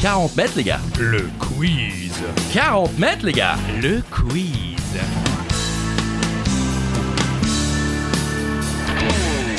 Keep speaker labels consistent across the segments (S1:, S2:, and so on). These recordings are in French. S1: 40 mètres, les gars.
S2: Le quiz.
S1: 40 mètres, les gars.
S2: Le quiz.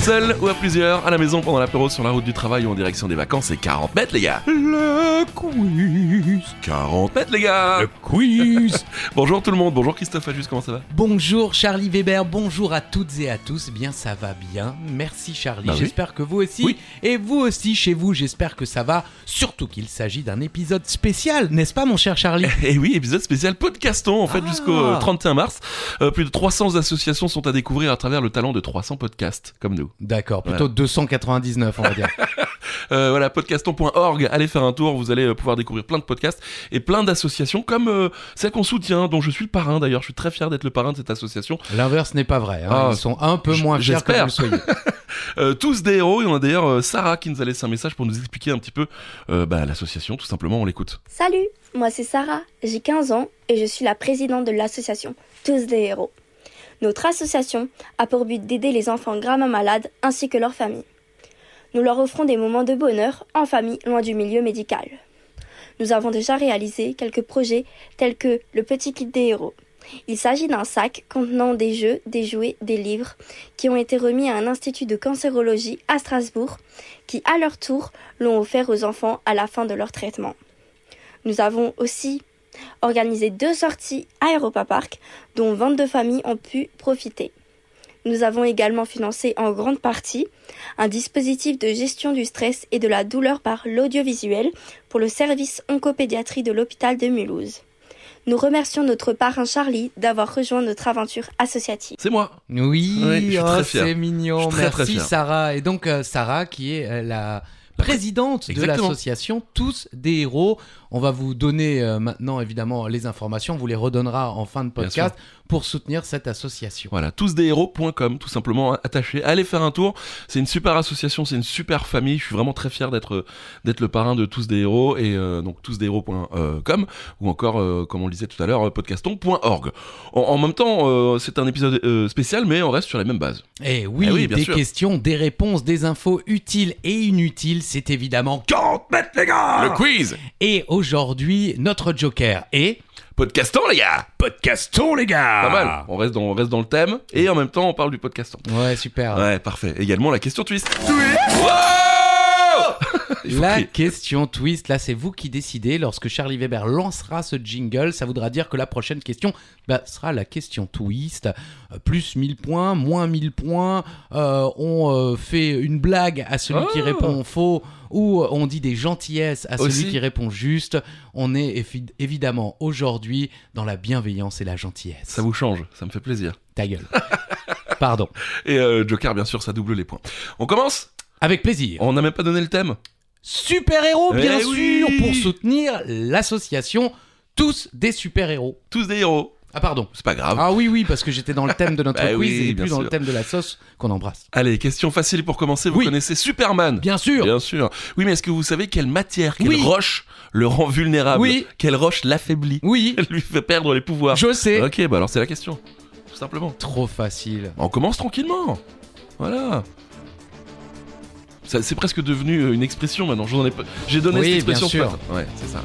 S1: Seul ou à plusieurs, à la maison pendant l'apéro, sur la route du travail ou en direction des vacances, c'est 40 mètres, les gars.
S2: Le quiz.
S1: 40 mètres, les gars.
S2: Le quiz.
S1: Bonjour tout le monde. Bonjour Christophe Ajus, comment ça va
S3: Bonjour Charlie Weber, bonjour à toutes et à tous. Eh Bien, ça va bien. Merci Charlie.
S1: Bah oui.
S3: j'espère que vous aussi.
S1: Oui.
S3: Et vous aussi chez vous, j'espère que ça va. Surtout qu'il s'agit d'un épisode spécial, n'est-ce pas, mon cher Charlie
S1: Et Eh oui, épisode spécial podcaston en fait
S3: Ah.
S1: jusqu'au euh, 31 mars. Euh, plus de 300 associations sont à découvrir à travers le talent de 300 podcasts comme nous.
S3: D'accord, plutôt 299, on va dire.
S1: Euh, voilà, podcaston.org, allez faire un tour, vous allez euh, pouvoir découvrir plein de podcasts et plein d'associations comme euh, celle qu'on soutient, dont je suis le parrain d'ailleurs, je suis très fier d'être le parrain de cette association.
S3: L'inverse n'est pas vrai. hein.
S1: Ah,
S3: Ils sont un peu
S1: j-
S3: moins fiers que vous
S1: j'espère.
S3: le soyez.
S1: Euh, tous des héros, et on a d'ailleurs euh, Sarah qui nous a laissé un message pour nous expliquer un petit peu euh, bah, l'association, tout simplement, on l'écoute.
S4: Salut, moi c'est Sarah, j'ai 15 ans et je suis la présidente de l'association Tous des héros. Notre association a pour but d'aider les enfants gravement malades ainsi que leurs familles. Nous leur offrons des moments de bonheur en famille loin du milieu médical. Nous avons déjà réalisé quelques projets tels que le petit kit des héros. Il s'agit d'un sac contenant des jeux, des jouets, des livres qui ont été remis à un institut de cancérologie à Strasbourg qui à leur tour l'ont offert aux enfants à la fin de leur traitement. Nous avons aussi organisé deux sorties à Europa Park, dont 22 familles ont pu profiter. Nous avons également financé en grande partie un dispositif de gestion du stress et de la douleur par l'audiovisuel pour le service oncopédiatrie de l'hôpital de Mulhouse. Nous remercions notre parrain Charlie d'avoir rejoint notre aventure associative.
S1: C'est moi
S3: Oui,
S1: Oui, je suis
S3: oh,
S1: très fier.
S3: c'est mignon.
S1: Je suis très,
S3: Merci
S1: très fier.
S3: Sarah. Et donc euh, Sarah qui est euh, la présidente de
S1: Exactement.
S3: l'association Tous des héros. On va vous donner euh, maintenant évidemment les informations, on vous les redonnera en fin de
S1: Bien
S3: podcast pour soutenir cette association.
S1: Voilà, tousdeshéros.com, tout simplement hein, attaché. Allez faire un tour. C'est une super association, c'est une super famille. Je suis vraiment très fier d'être euh, d'être le parrain de Tous des Héros et euh, donc tousdeshéros.com euh, ou encore, euh, comme on le disait tout à l'heure, euh, podcaston.org. En, en même temps, euh, c'est un épisode euh, spécial, mais on reste sur la même base.
S3: Et oui,
S1: Eh oui, bien
S3: des
S1: sûr.
S3: questions, des réponses, des infos utiles et inutiles, c'est évidemment
S1: 40 mètres, les gars Le quiz
S3: Et aujourd'hui, notre joker est
S1: Podcaston, les gars
S2: Podcaston, les gars.
S1: Pas mal. On reste, dans, on reste dans le thème et en même temps, on parle du podcaston.
S3: Ouais, super.
S1: Ouais, parfait. Également la question Ah. twist. Wow Il faut
S3: La
S1: crier.
S3: question twist, là c'est vous qui décidez. Lorsque Charlie Weber lancera ce jingle, ça voudra dire que la prochaine question bah, sera la question twist. Euh, plus 1000 points, moins 1000 points. euh, on euh, fait une blague à celui qui
S1: Oh.
S3: répond faux ou euh, on dit des gentillesses à celui
S1: Aussi.
S3: qui répond juste. On est effi- évidemment aujourd'hui dans la bienveillance et la gentillesse.
S1: Ça vous change, ça me fait plaisir.
S3: Ta gueule. Pardon.
S1: Et euh, Joker, bien sûr, ça double les points. On commence
S3: Avec plaisir.
S1: On n'a même pas donné le thème.
S3: Super-héros, bien
S1: Eh
S3: sûr,
S1: oui.
S3: pour soutenir l'association Tous des super-héros.
S1: Tous des héros.
S3: Ah pardon.
S1: C'est pas grave.
S3: Ah oui, oui, parce que j'étais dans le thème de notre
S1: Bah
S3: quiz
S1: oui,
S3: et
S1: bien
S3: plus dans
S1: sûr.
S3: le thème de la sauce qu'on embrasse.
S1: Allez, question facile pour commencer. Vous
S3: Oui.
S1: connaissez Superman
S3: Bien sûr
S1: Bien sûr. Oui, mais est-ce que vous savez quelle matière, quelle
S3: Oui.
S1: roche le rend vulnérable
S3: Oui.
S1: Quelle roche l'affaiblit
S3: Oui,
S1: Elle lui fait perdre les pouvoirs.
S3: je sais
S1: Ok, bah alors c'est la question. Tout simplement.
S3: Trop facile.
S1: On commence tranquillement. Voilà. Ça, c'est presque devenu euh, une expression maintenant. Je vous en ai pas- J'ai donné
S3: Oui,
S1: cette
S3: bien
S1: expression ce
S3: sûr.
S1: matin. Ouais, c'est ça.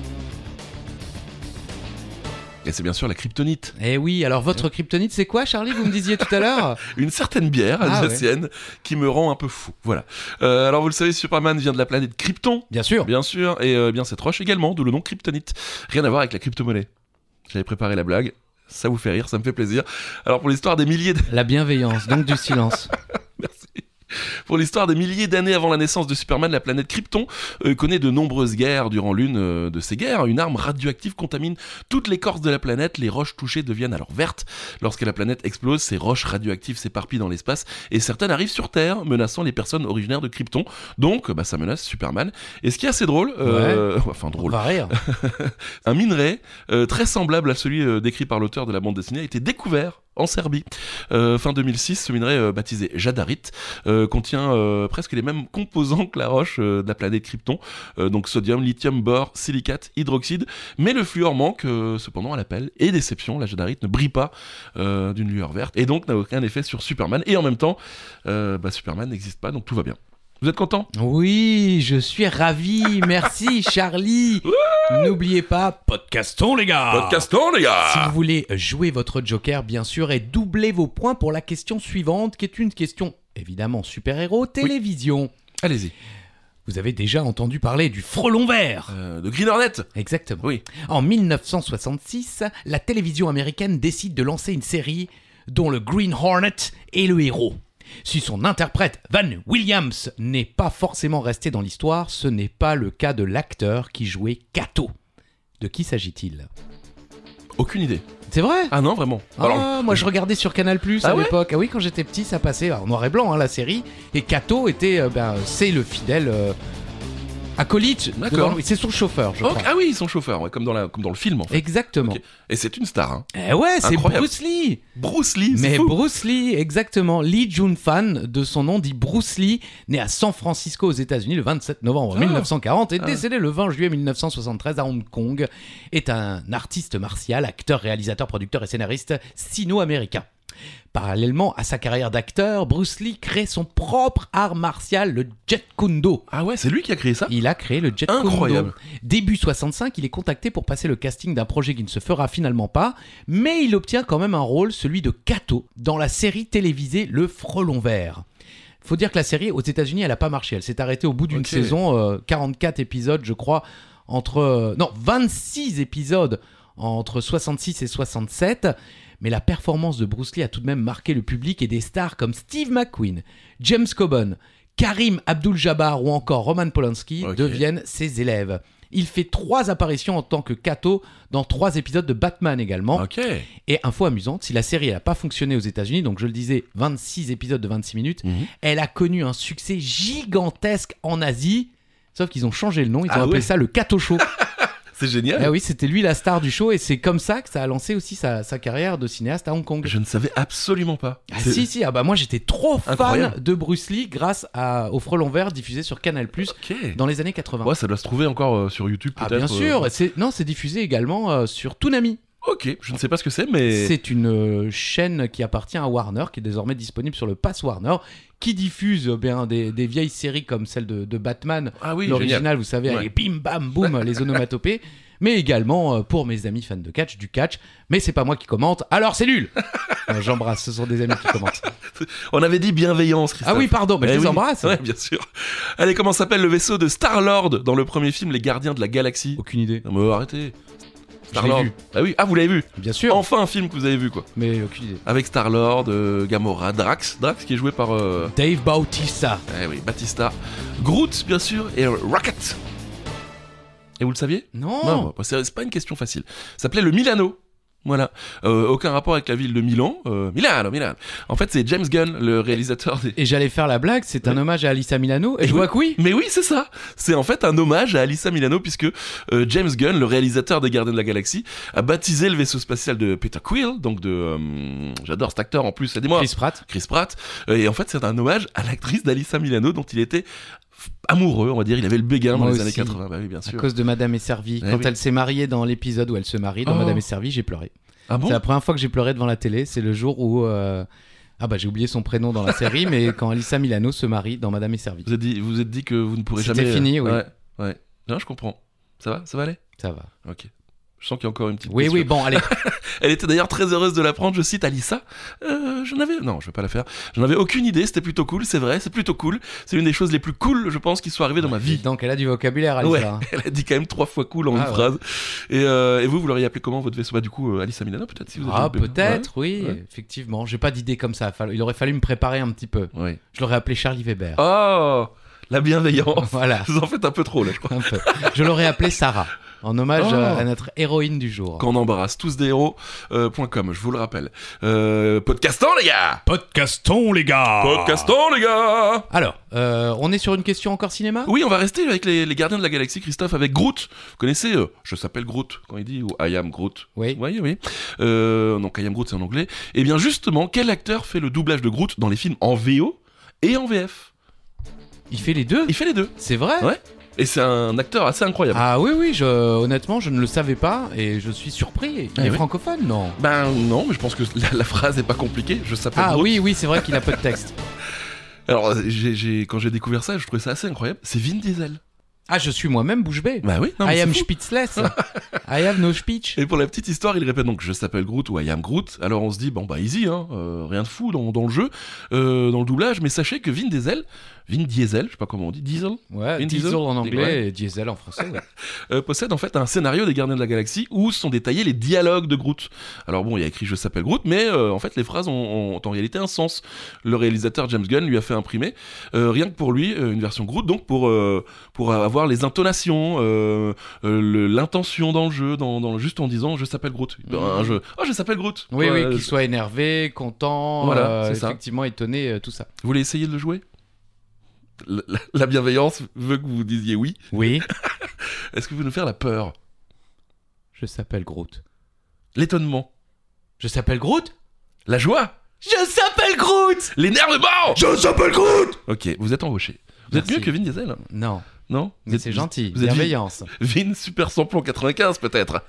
S1: Et c'est bien sûr la kryptonite.
S3: Eh oui, alors
S1: Ah.
S3: votre kryptonite, c'est quoi, Charlie Vous me disiez tout à l'heure
S1: Une certaine bière
S3: Ah,
S1: alsacienne qui me rend un peu fou. Voilà. Euh, alors vous le savez, Superman vient de la planète Krypton,
S3: Bien sûr
S1: bien sûr, et euh, bien cette roche également, d'où le nom kryptonite. Rien à voir avec la crypto-monnaie. J'avais préparé la blague. Ça vous fait rire, ça me fait plaisir. Alors pour l'histoire des milliers de-
S3: La bienveillance, donc du silence.
S1: Pour l'histoire des milliers d'années avant la naissance de Superman, la planète Krypton euh, connaît de nombreuses guerres. Durant l'une euh, de ces guerres, une arme radioactive contamine toute l'écorce de la planète. Les roches touchées deviennent alors vertes. Lorsque la planète explose, ces roches radioactives s'éparpillent dans l'espace et certaines arrivent sur Terre, menaçant les personnes originaires de Krypton. Donc, bah, ça menace Superman. Et ce qui est assez drôle, euh, enfin
S3: On
S1: drôle,
S3: va rire.
S1: un minerai euh, très semblable à celui euh, décrit par l'auteur de la bande dessinée a été découvert en Serbie. Euh, fin 2006, ce minerai euh, baptisé Jadarite euh, contient euh, presque les mêmes composants que la roche euh, de la planète Krypton, euh, donc sodium, lithium, bore, silicate, hydroxyde, mais le fluor manque euh, cependant à l'appel. Et déception, la Jadarite ne brille pas euh, d'une lueur verte et donc n'a aucun effet sur Superman. Et en même temps, euh, bah, Superman n'existe pas, donc tout va bien. Vous êtes content
S3: Oui, je suis ravi. Merci, Charlie. N'oubliez pas,
S2: Podcastons, les gars
S3: Ah,
S1: Podcaston, les gars
S3: Si vous voulez jouer votre Joker, bien sûr, et doubler vos points pour la question suivante, qui est une question évidemment super-héros télévision.
S1: Allez-y.
S3: Vous avez déjà entendu parler du frelon vert
S1: Euh, de Green Hornet
S3: Exactement.
S1: Oui.
S3: En 1966, la télévision américaine décide de lancer une série dont le Green Hornet est le héros. Si son interprète Van Williams n'est pas forcément resté dans l'histoire, ce n'est pas le cas de l'acteur qui jouait Kato. De qui s'agit-il
S1: Aucune idée.
S3: C'est vrai
S1: Ah non, vraiment.
S3: Ah,
S1: Alors,
S3: moi je regardais sur Canal Plus à
S1: Ah ouais
S3: l'époque. Ah oui, quand j'étais petit, ça passait en noir et blanc hein, la série. Et Kato était, euh, ben, c'est le fidèle euh, acolyte. de
S1: D'accord.
S3: Van- C'est son chauffeur, je
S1: ok,
S3: crois.
S1: ah oui, ils sont chauffeurs, ouais, comme, dans la, comme dans le film en fait.
S3: Exactement.
S1: Ok. Et c'est une star. Hein.
S3: Eh ouais, c'est
S1: Incroyable.
S3: Bruce Lee.
S1: Bruce Lee, c'est
S3: Mais
S1: fou.
S3: Bruce Lee, exactement. Lee Jun-fan, de son nom, dit Bruce Lee, né à San Francisco aux États-Unis le 27 novembre
S1: Ah.
S3: 1940 et
S1: Ah.
S3: décédé le 20 juillet 1973 à Hong Kong, est un artiste martial, acteur, réalisateur, producteur et scénariste sino-américain. Parallèlement à sa carrière d'acteur, Bruce Lee crée son propre art martial, le Jet Kundo.
S1: Ah ouais, c'est lui qui a créé ça
S3: Il a créé le Jet
S1: Incroyable.
S3: Kundo. Début 65, il est contacté pour passer le casting d'un projet qui ne se fera finalement pas, mais il obtient quand même un rôle, celui de Kato, dans la série télévisée Le Frelon Vert. Faut dire que la série aux États-Unis, elle n'a pas marché. Elle s'est arrêtée au bout d'une
S1: Ok.
S3: saison, euh, 44 épisodes, je crois, entre euh, non 26 épisodes entre 66 et 67. Mais la performance de Bruce Lee a tout de même marqué le public et des stars comme Steve McQueen, James Coburn, Karim Abdul-Jabbar ou encore Roman Polanski
S1: Ok.
S3: deviennent ses élèves. Il fait trois apparitions en tant que Kato dans trois épisodes de Batman également.
S1: Ok.
S3: Et info amusante, si la série n'a pas fonctionné aux États-Unis, donc je le disais, 26 épisodes de 26 minutes,
S1: Mhm.
S3: elle a connu un succès gigantesque en Asie. Sauf qu'ils ont changé le nom, ils ont
S1: Ah
S3: appelé
S1: ouais.
S3: ça le Kato Show.
S1: C'est génial.
S3: ah oui, c'était lui la star du show et c'est comme ça que ça a lancé aussi sa, sa carrière de cinéaste à Hong Kong.
S1: Je ne savais absolument pas.
S3: Ah
S1: C'est-
S3: si si ah bah moi j'étais trop fan
S1: Incroyable.
S3: de Bruce Lee grâce à au Frelon vert diffusé sur Canal+
S1: Ok.
S3: dans les années 80.
S1: Ouais, ça doit se trouver encore euh, sur YouTube
S3: ah
S1: peut-être.
S3: bien
S1: euh.
S3: sûr, c'est non, c'est diffusé également euh, sur Toonami.
S1: Ok, je ne sais pas ce que c'est, mais.
S3: C'est une euh, chaîne qui appartient à Warner, qui est désormais disponible sur le Pass Warner, qui diffuse euh, bien, des, des vieilles séries comme celle de, de Batman,
S1: Ah oui, génial.
S3: l'original, vous savez,
S1: Ouais.
S3: avec bim bam boum, les onomatopées, mais également euh, pour mes amis fans de catch, du catch. Mais c'est pas moi qui commente, alors c'est nul Non, J'embrasse, ce sont des amis qui commentent.
S1: On avait dit bienveillance, Christophe.
S3: ah oui, pardon, mais je
S1: Eh
S3: les
S1: oui.
S3: embrasse
S1: Ouais, bien sûr. Allez, comment s'appelle le vaisseau de Star-Lord dans le premier film Les Gardiens de la Galaxie
S3: Aucune idée.
S1: Non, mais oh, arrêtez.
S3: Je l'ai
S1: Star-Lord.
S3: vu,
S1: Ah oui, ah vous l'avez vu
S3: bien sûr,
S1: Enfin un film que vous avez vu, quoi.
S3: mais aucune idée.
S1: Avec Star-Lord, euh, Gamora, Drax. Drax qui est joué par. euh,
S3: Dave Bautista.
S1: Eh oui, Batista. Groot, bien sûr, et Rocket. Et vous le saviez
S3: Non,
S1: Non, bah, c'est c'est pas une question facile. Ça s'appelait le Milano. Voilà. Euh, aucun rapport avec la ville de Milan. Euh, Milano, Milano. En fait, c'est James Gunn, le réalisateur des.
S3: Et j'allais faire la blague, c'est un
S1: Oui.
S3: hommage à Alissa Milano, et
S1: Et
S3: je
S1: oui.
S3: vois que oui
S1: Mais oui, c'est ça. C'est en fait un hommage à Alyssa Milano puisque euh, James Gunn, le réalisateur des Gardiens de la Galaxie, a baptisé le vaisseau spatial de Peter Quill, donc de euh, j'adore cet acteur en plus, aidez-moi.
S3: Chris Pratt,
S1: Chris Pratt. Euh, Et en fait, c'est un hommage à l'actrice d'Alyssa Milano dont il était f- amoureux, on va dire. Il avait le béguin dans
S3: Moi aussi.
S1: les années 80. Bah oui, bien
S3: à
S1: sûr.
S3: cause de Madame est servie.
S1: Eh
S3: Quand
S1: oui.
S3: elle s'est mariée dans l'épisode où elle se marie, dans
S1: Oh.
S3: Madame est servie, j'ai pleuré.
S1: Ah bon
S3: C'est la première fois que j'ai pleuré devant la télé. C'est le jour où. euh, Ah bah j'ai oublié son prénom dans la série, mais quand Alissa Milano se marie dans Madame est servie.
S1: Vous êtes dit, vous êtes dit que vous ne pourrez
S3: C'était
S1: jamais. euh,
S3: fini, oui.
S1: Ouais, ouais. Non, je comprends. Ça va, ça va aller.
S3: Ça va.
S1: Ok. Je sens qu'il y a encore une petite.
S3: Oui,
S1: question.
S3: oui, bon, allez.
S1: Elle était d'ailleurs très heureuse de l'apprendre. Je cite Alissa. Euh, je n'avais, non, je vais pas la faire. Je n'avais aucune idée. C'était plutôt cool. C'est vrai, c'est plutôt cool. C'est une des choses les plus cool, je pense, qui soit arrivée dans ma vie.
S3: Donc elle a du vocabulaire, Alissa.
S1: Ouais.
S3: hein.
S1: Elle a dit quand même trois fois cool en
S3: Ah
S1: une
S3: ouais.
S1: phrase. Et, euh, et vous, vous l'auriez appelé comment votre vaisseau Bah, Du coup, euh, Alissa Milano, peut-être si vous
S3: Ah,
S1: aviez le bébé.
S3: peut-être, oui,
S1: ouais.
S3: effectivement. J'ai pas d'idée comme ça. Fall- Il aurait fallu me préparer un petit peu.
S1: Ouais. Ouais.
S3: Je l'aurais appelé Charlie Weber.
S1: Oh, la bienveillance.
S3: Voilà,
S1: Vous en faites un peu trop là, je crois.
S3: un peu. Je l'aurais appelé Sarah, en hommage
S1: Oh.
S3: euh, à notre héroïne du jour.
S1: Qu'on embrasse tous des héros.com, je vous le rappelle. Euh, podcastant, les gars
S2: Podcastons, les
S3: Ah.
S2: gars
S1: Podcastant, les gars
S3: Alors, euh, on est sur une question encore cinéma
S1: Oui, on va rester avec les, les gardiens de la galaxie, Christophe, avec Groot. Vous connaissez euh, Je s'appelle Groot, quand il dit ou I am Groot.
S3: Oui.
S1: Oui, oui. Euh, donc I am Groot, c'est en anglais. Et bien justement, quel acteur fait le doublage de Groot dans les films en VO et en VF
S3: Il fait les deux
S1: Il fait les deux.
S3: C'est vrai
S1: Ouais. Et c'est un acteur assez incroyable.
S3: Ah oui, oui, je, honnêtement, je ne le savais pas et je suis surpris. Il
S1: Eh
S3: est
S1: oui.
S3: francophone, non
S1: Ben non, mais je pense que la, la phrase est pas compliquée. Je s'appelle
S3: Ah
S1: Groot.
S3: oui, oui, c'est vrai qu'il a peu de texte.
S1: Alors, j'ai- j'ai- quand j'ai découvert ça, je trouvais ça assez incroyable. C'est Vin Diesel.
S3: Ah, je suis moi-même bouche bée.
S1: Bah oui, non, mais
S3: I
S1: c'est
S3: am
S1: fou.
S3: spitzless. I have no speech.
S1: Et pour la petite histoire, il répète donc je s'appelle Groot ou I am Groot. Alors on se dit bon bah easy, hein, euh, rien de fou dans, dans le jeu, euh, dans le doublage. Mais sachez que Vin Diesel, Vin Diesel, je sais pas comment on dit, Diesel,
S3: Ouais,
S1: Vin
S3: diesel,
S1: Diesel
S3: en anglais
S1: Ouais.
S3: et diesel en français. ouais.
S1: euh, possède en fait un scénario des Gardiens de la Galaxie où sont détaillés les dialogues de Groot. Alors bon, il y a écrit je s'appelle Groot, mais euh, en fait les phrases ont, ont en réalité un sens. Le réalisateur James Gunn lui a fait imprimer euh, rien que pour lui euh, une version Groot, donc pour euh, pour avoir les intonations, euh, euh, le- l'intention dans le jeu, dans, dans- juste en disant je s'appelle Groot. Un jeu, oh je s'appelle Groot.
S3: Mm-hmm. Oui,
S1: Ouais,
S3: oui, qu'il soit énervé, content,
S1: euh, Voilà,
S3: euh,
S1: c'est ça.
S3: effectivement étonné, euh, tout ça.
S1: Vous voulez essayer de le jouer la, la- la bienveillance veut que vous disiez oui.
S3: Oui,
S1: Est-ce que vous nous faire la peur
S3: je s'appelle Groot.
S1: L'étonnement
S3: Je s'appelle Groot
S1: La joie
S3: Je s'appelle Groot
S1: L'énervement
S2: Je s'appelle Groot
S1: Ok, vous êtes embauché. Vous
S3: Merci.
S1: êtes mieux que Vin Diesel, hein
S3: Non,
S1: non Vous
S3: mais
S1: êtes-
S3: c'est gentil.
S1: vous êtes-
S3: Bienveillance.
S1: Vin Super Samplon 95 peut-être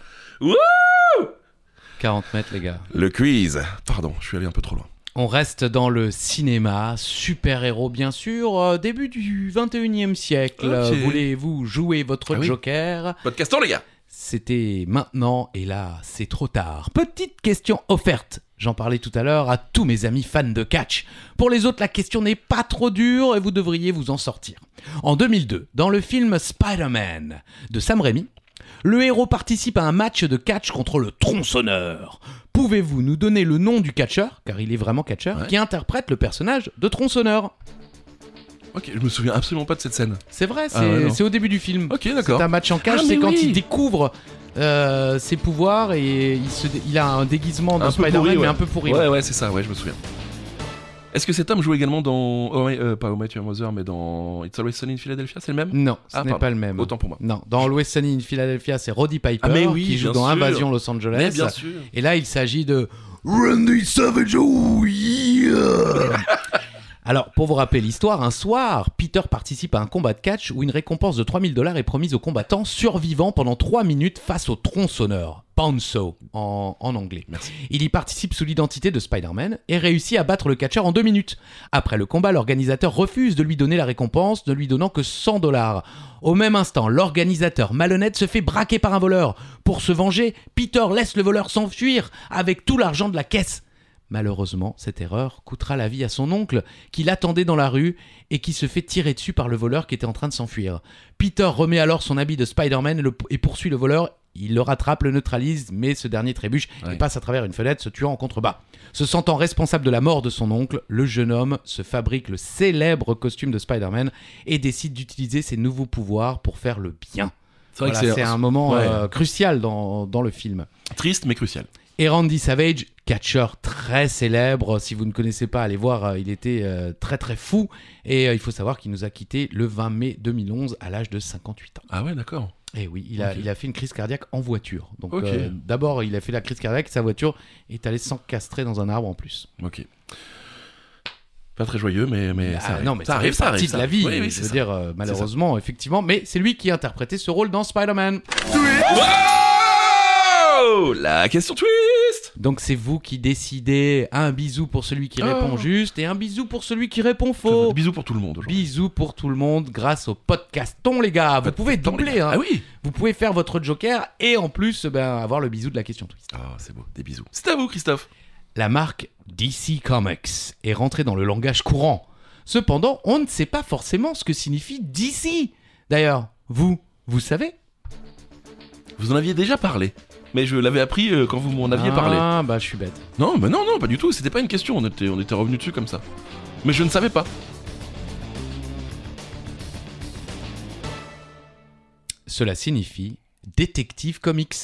S3: 40 mètres, les gars.
S1: Le quiz Pardon, je suis allé un peu trop loin.
S3: On reste dans le cinéma, super-héros bien sûr, euh, début du 21e siècle.
S1: Ok.
S3: Euh, Voulez-vous jouer votre
S1: Ah oui.
S3: Joker
S1: Podcastant les gars
S3: C'était maintenant et là, c'est trop tard. Petite question offerte. J'en parlais tout à l'heure à tous mes amis fans de catch. Pour les autres, la question n'est pas trop dure et vous devriez vous en sortir. En 2002, dans le film Spider-Man de Sam Raimi, le héros participe à un match de catch contre le tronçonneur. Pouvez-vous nous donner le nom du catcheur, car il est vraiment catcheur,
S1: Ouais.
S3: qui interprète le personnage de tronçonneur
S1: Ok, je me souviens absolument pas de cette scène.
S3: C'est vrai, c'est
S1: Ah ouais, non.
S3: c'est au début du film.
S1: Ok,
S3: C'est
S1: d'accord.
S3: un match en cage,
S1: Ah, mais
S3: c'est quand
S1: oui.
S3: il découvre euh, ses pouvoirs et il, se dé- il a un déguisement de
S1: Un peu
S3: Spider-Man,
S1: pourri,
S3: mais
S1: ouais.
S3: un peu pourri.
S1: Ouais, ouais, c'est ça, ouais, je me souviens. Est-ce que cet homme joue également dans. Oh, ouais, euh, pas au Matthew Mother, mais dans It's Always Sunny in Philadelphia, c'est le même
S3: Non, ce
S1: Ah,
S3: n'est
S1: pardon.
S3: pas le même.
S1: Autant pour moi.
S3: Non, dans Always Sunny in Philadelphia, c'est Roddy Piper
S1: Ah, mais oui,
S3: qui joue
S1: bien
S3: dans
S1: sûr.
S3: Invasion Los Angeles.
S1: Mais bien sûr
S3: Et là, il s'agit de Randy Savage. oh yeah Alors, pour vous rappeler l'histoire, un soir, Peter participe à un combat de catch où une récompense de 3000 dollars est promise aux combattants survivants pendant 3 minutes face au tronçonneur, Pounceau en, en anglais.
S1: Merci.
S3: Il y participe sous l'identité de Spider-Man et réussit à battre le catcheur en 2 minutes. Après le combat, l'organisateur refuse de lui donner la récompense, ne lui donnant que 100 dollars. Au même instant, l'organisateur malhonnête se fait braquer par un voleur. Pour se venger, Peter laisse le voleur s'enfuir avec tout l'argent de la caisse. Malheureusement, cette erreur coûtera la vie à son oncle, qui l'attendait dans la rue et qui se fait tirer dessus par le voleur qui était en train de s'enfuir. Peter remet alors son habit de Spider-Man et, le- et poursuit le voleur. Il le rattrape, le neutralise, mais ce dernier trébuche
S1: Ouais.
S3: et passe à travers une fenêtre, se tuant en contrebas. Se sentant responsable de la mort de son oncle, le jeune homme se fabrique le célèbre costume de Spider-Man et décide d'utiliser ses nouveaux pouvoirs pour faire le bien.
S1: C'est vrai
S3: Voilà,
S1: que
S3: c'est un moment
S1: ouais.
S3: euh, crucial dans, dans le film.
S1: triste mais crucial.
S3: Et Randy Savage, catcheur très célèbre, si vous ne connaissez pas, allez voir, euh, il était euh, très très fou. Et euh, il faut savoir qu'il nous a quitté le 20 mai 2011 à l'âge de 58 ans.
S1: Ah ouais, d'accord.
S3: Et Eh oui, il a,
S1: Ok.
S3: il a fait une crise cardiaque en voiture. Donc
S1: Ok.
S3: euh, d'abord, il a fait la crise cardiaque, sa voiture est allée s'encastrer dans un arbre en plus.
S1: Ok. Pas très joyeux, mais, mais
S3: Ah,
S1: ça arrive.
S3: non, mais
S1: ça arrive,
S3: fait
S1: ça
S3: partie
S1: arrive.
S3: de
S1: ça
S3: la
S1: arrive.
S3: vie.
S1: Oui, oui,
S3: je
S1: c'est
S3: veux
S1: ça.
S3: dire, euh, malheureusement, effectivement. Mais c'est lui qui a interprété ce rôle dans Spider-Man.
S1: Wow La question twist
S3: Donc c'est vous qui décidez. Un bisou pour celui qui
S1: Ah.
S3: répond juste et un bisou pour celui qui répond faux.
S1: Bisous pour tout le monde aujourd'hui.
S3: Bisous pour tout le monde grâce au podcaston, les gars. Vous pouvez
S1: Attends, les
S3: doubler,
S1: gars.
S3: hein.
S1: Ah oui
S3: vous pouvez faire votre joker et en plus ben, avoir le bisou de la question twist.
S1: Ah, c'est beau, des bisous. C'est à vous, Christophe.
S3: La marque DC Comics est rentrée dans le langage courant. Cependant, on ne sait pas forcément ce que signifie DC. D'ailleurs, vous, vous savez
S1: Vous en aviez déjà parlé. Mais je l'avais appris euh, quand vous m'en aviez parlé.
S3: Ah, bah je suis bête.
S1: Non, mais non, non, pas du tout. C'était pas une question. On était, on était revenu dessus comme ça. Mais je ne savais pas.
S3: Cela signifie détective comics.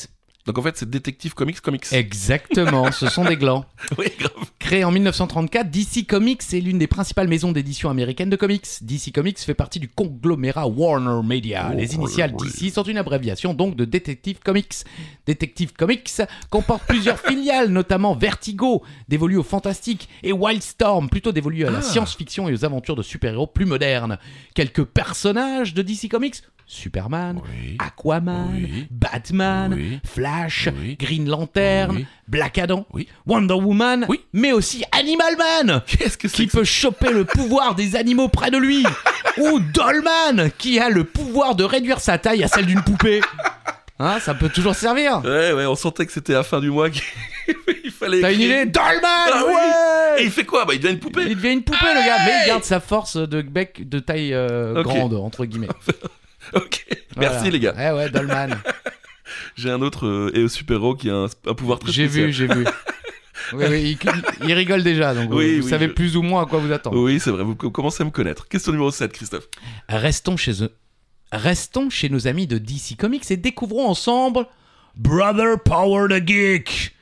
S1: Donc en fait, c'est Détective Comics Comics.
S3: Exactement, ce sont des glands.
S1: Oui, grave.
S3: Créé en 1934, DC Comics est l'une des principales maisons d'édition américaines de comics. DC Comics fait partie du conglomérat Warner Media. Les initiales DC sont une abréviation donc de Detective Comics. Detective Comics comporte plusieurs filiales, notamment Vertigo, dévolue au fantastique, et Wildstorm, plutôt dévolue à la
S1: Ah.
S3: science-fiction et aux aventures de super-héros plus modernes. Quelques personnages de DC Comics Superman,
S1: Oui.
S3: Aquaman,
S1: Oui.
S3: Batman,
S1: Oui.
S3: Flash,
S1: Oui.
S3: Green Lantern,
S1: Oui.
S3: Black Adam,
S1: Oui.
S3: Wonder Woman,
S1: Oui.
S3: mais aussi Animal Man
S1: Qu'est-ce que c'est
S3: qui
S1: que ça
S3: peut choper le pouvoir des animaux près de lui ou Dollman qui a le pouvoir de réduire sa taille à celle d'une poupée. Hein, ça peut toujours servir.
S1: Ouais, ouais, on sentait que c'était la fin du mois. qu'il- il fallait.
S3: T'as une
S1: écrire.
S3: idée Dollman
S1: Ah oui.
S3: ouais
S1: Et il fait quoi Bah, il devient une
S3: Il
S1: poupée.
S3: devient une poupée le gars, mais il garde sa force de bec de taille euh,
S1: Ok.
S3: grande entre guillemets.
S1: Ok.
S3: Voilà.
S1: Merci les gars.
S3: Ouais ouais, Dollman.
S1: J'ai un autre euh, et au super héros qui a un, un pouvoir très
S3: J'ai
S1: spécial.
S3: vu, j'ai vu. Oui, oui, il, il rigole déjà, donc
S1: Oui,
S3: vous
S1: oui,
S3: savez
S1: je-
S3: plus ou moins à quoi vous attendre.
S1: Oui, c'est vrai, vous co- commencez à me connaître. Question numéro 7, Christophe.
S3: Oh. Restons chez eux. Restons chez nos amis de DC Comics et découvrons ensemble Brother Power the Geek.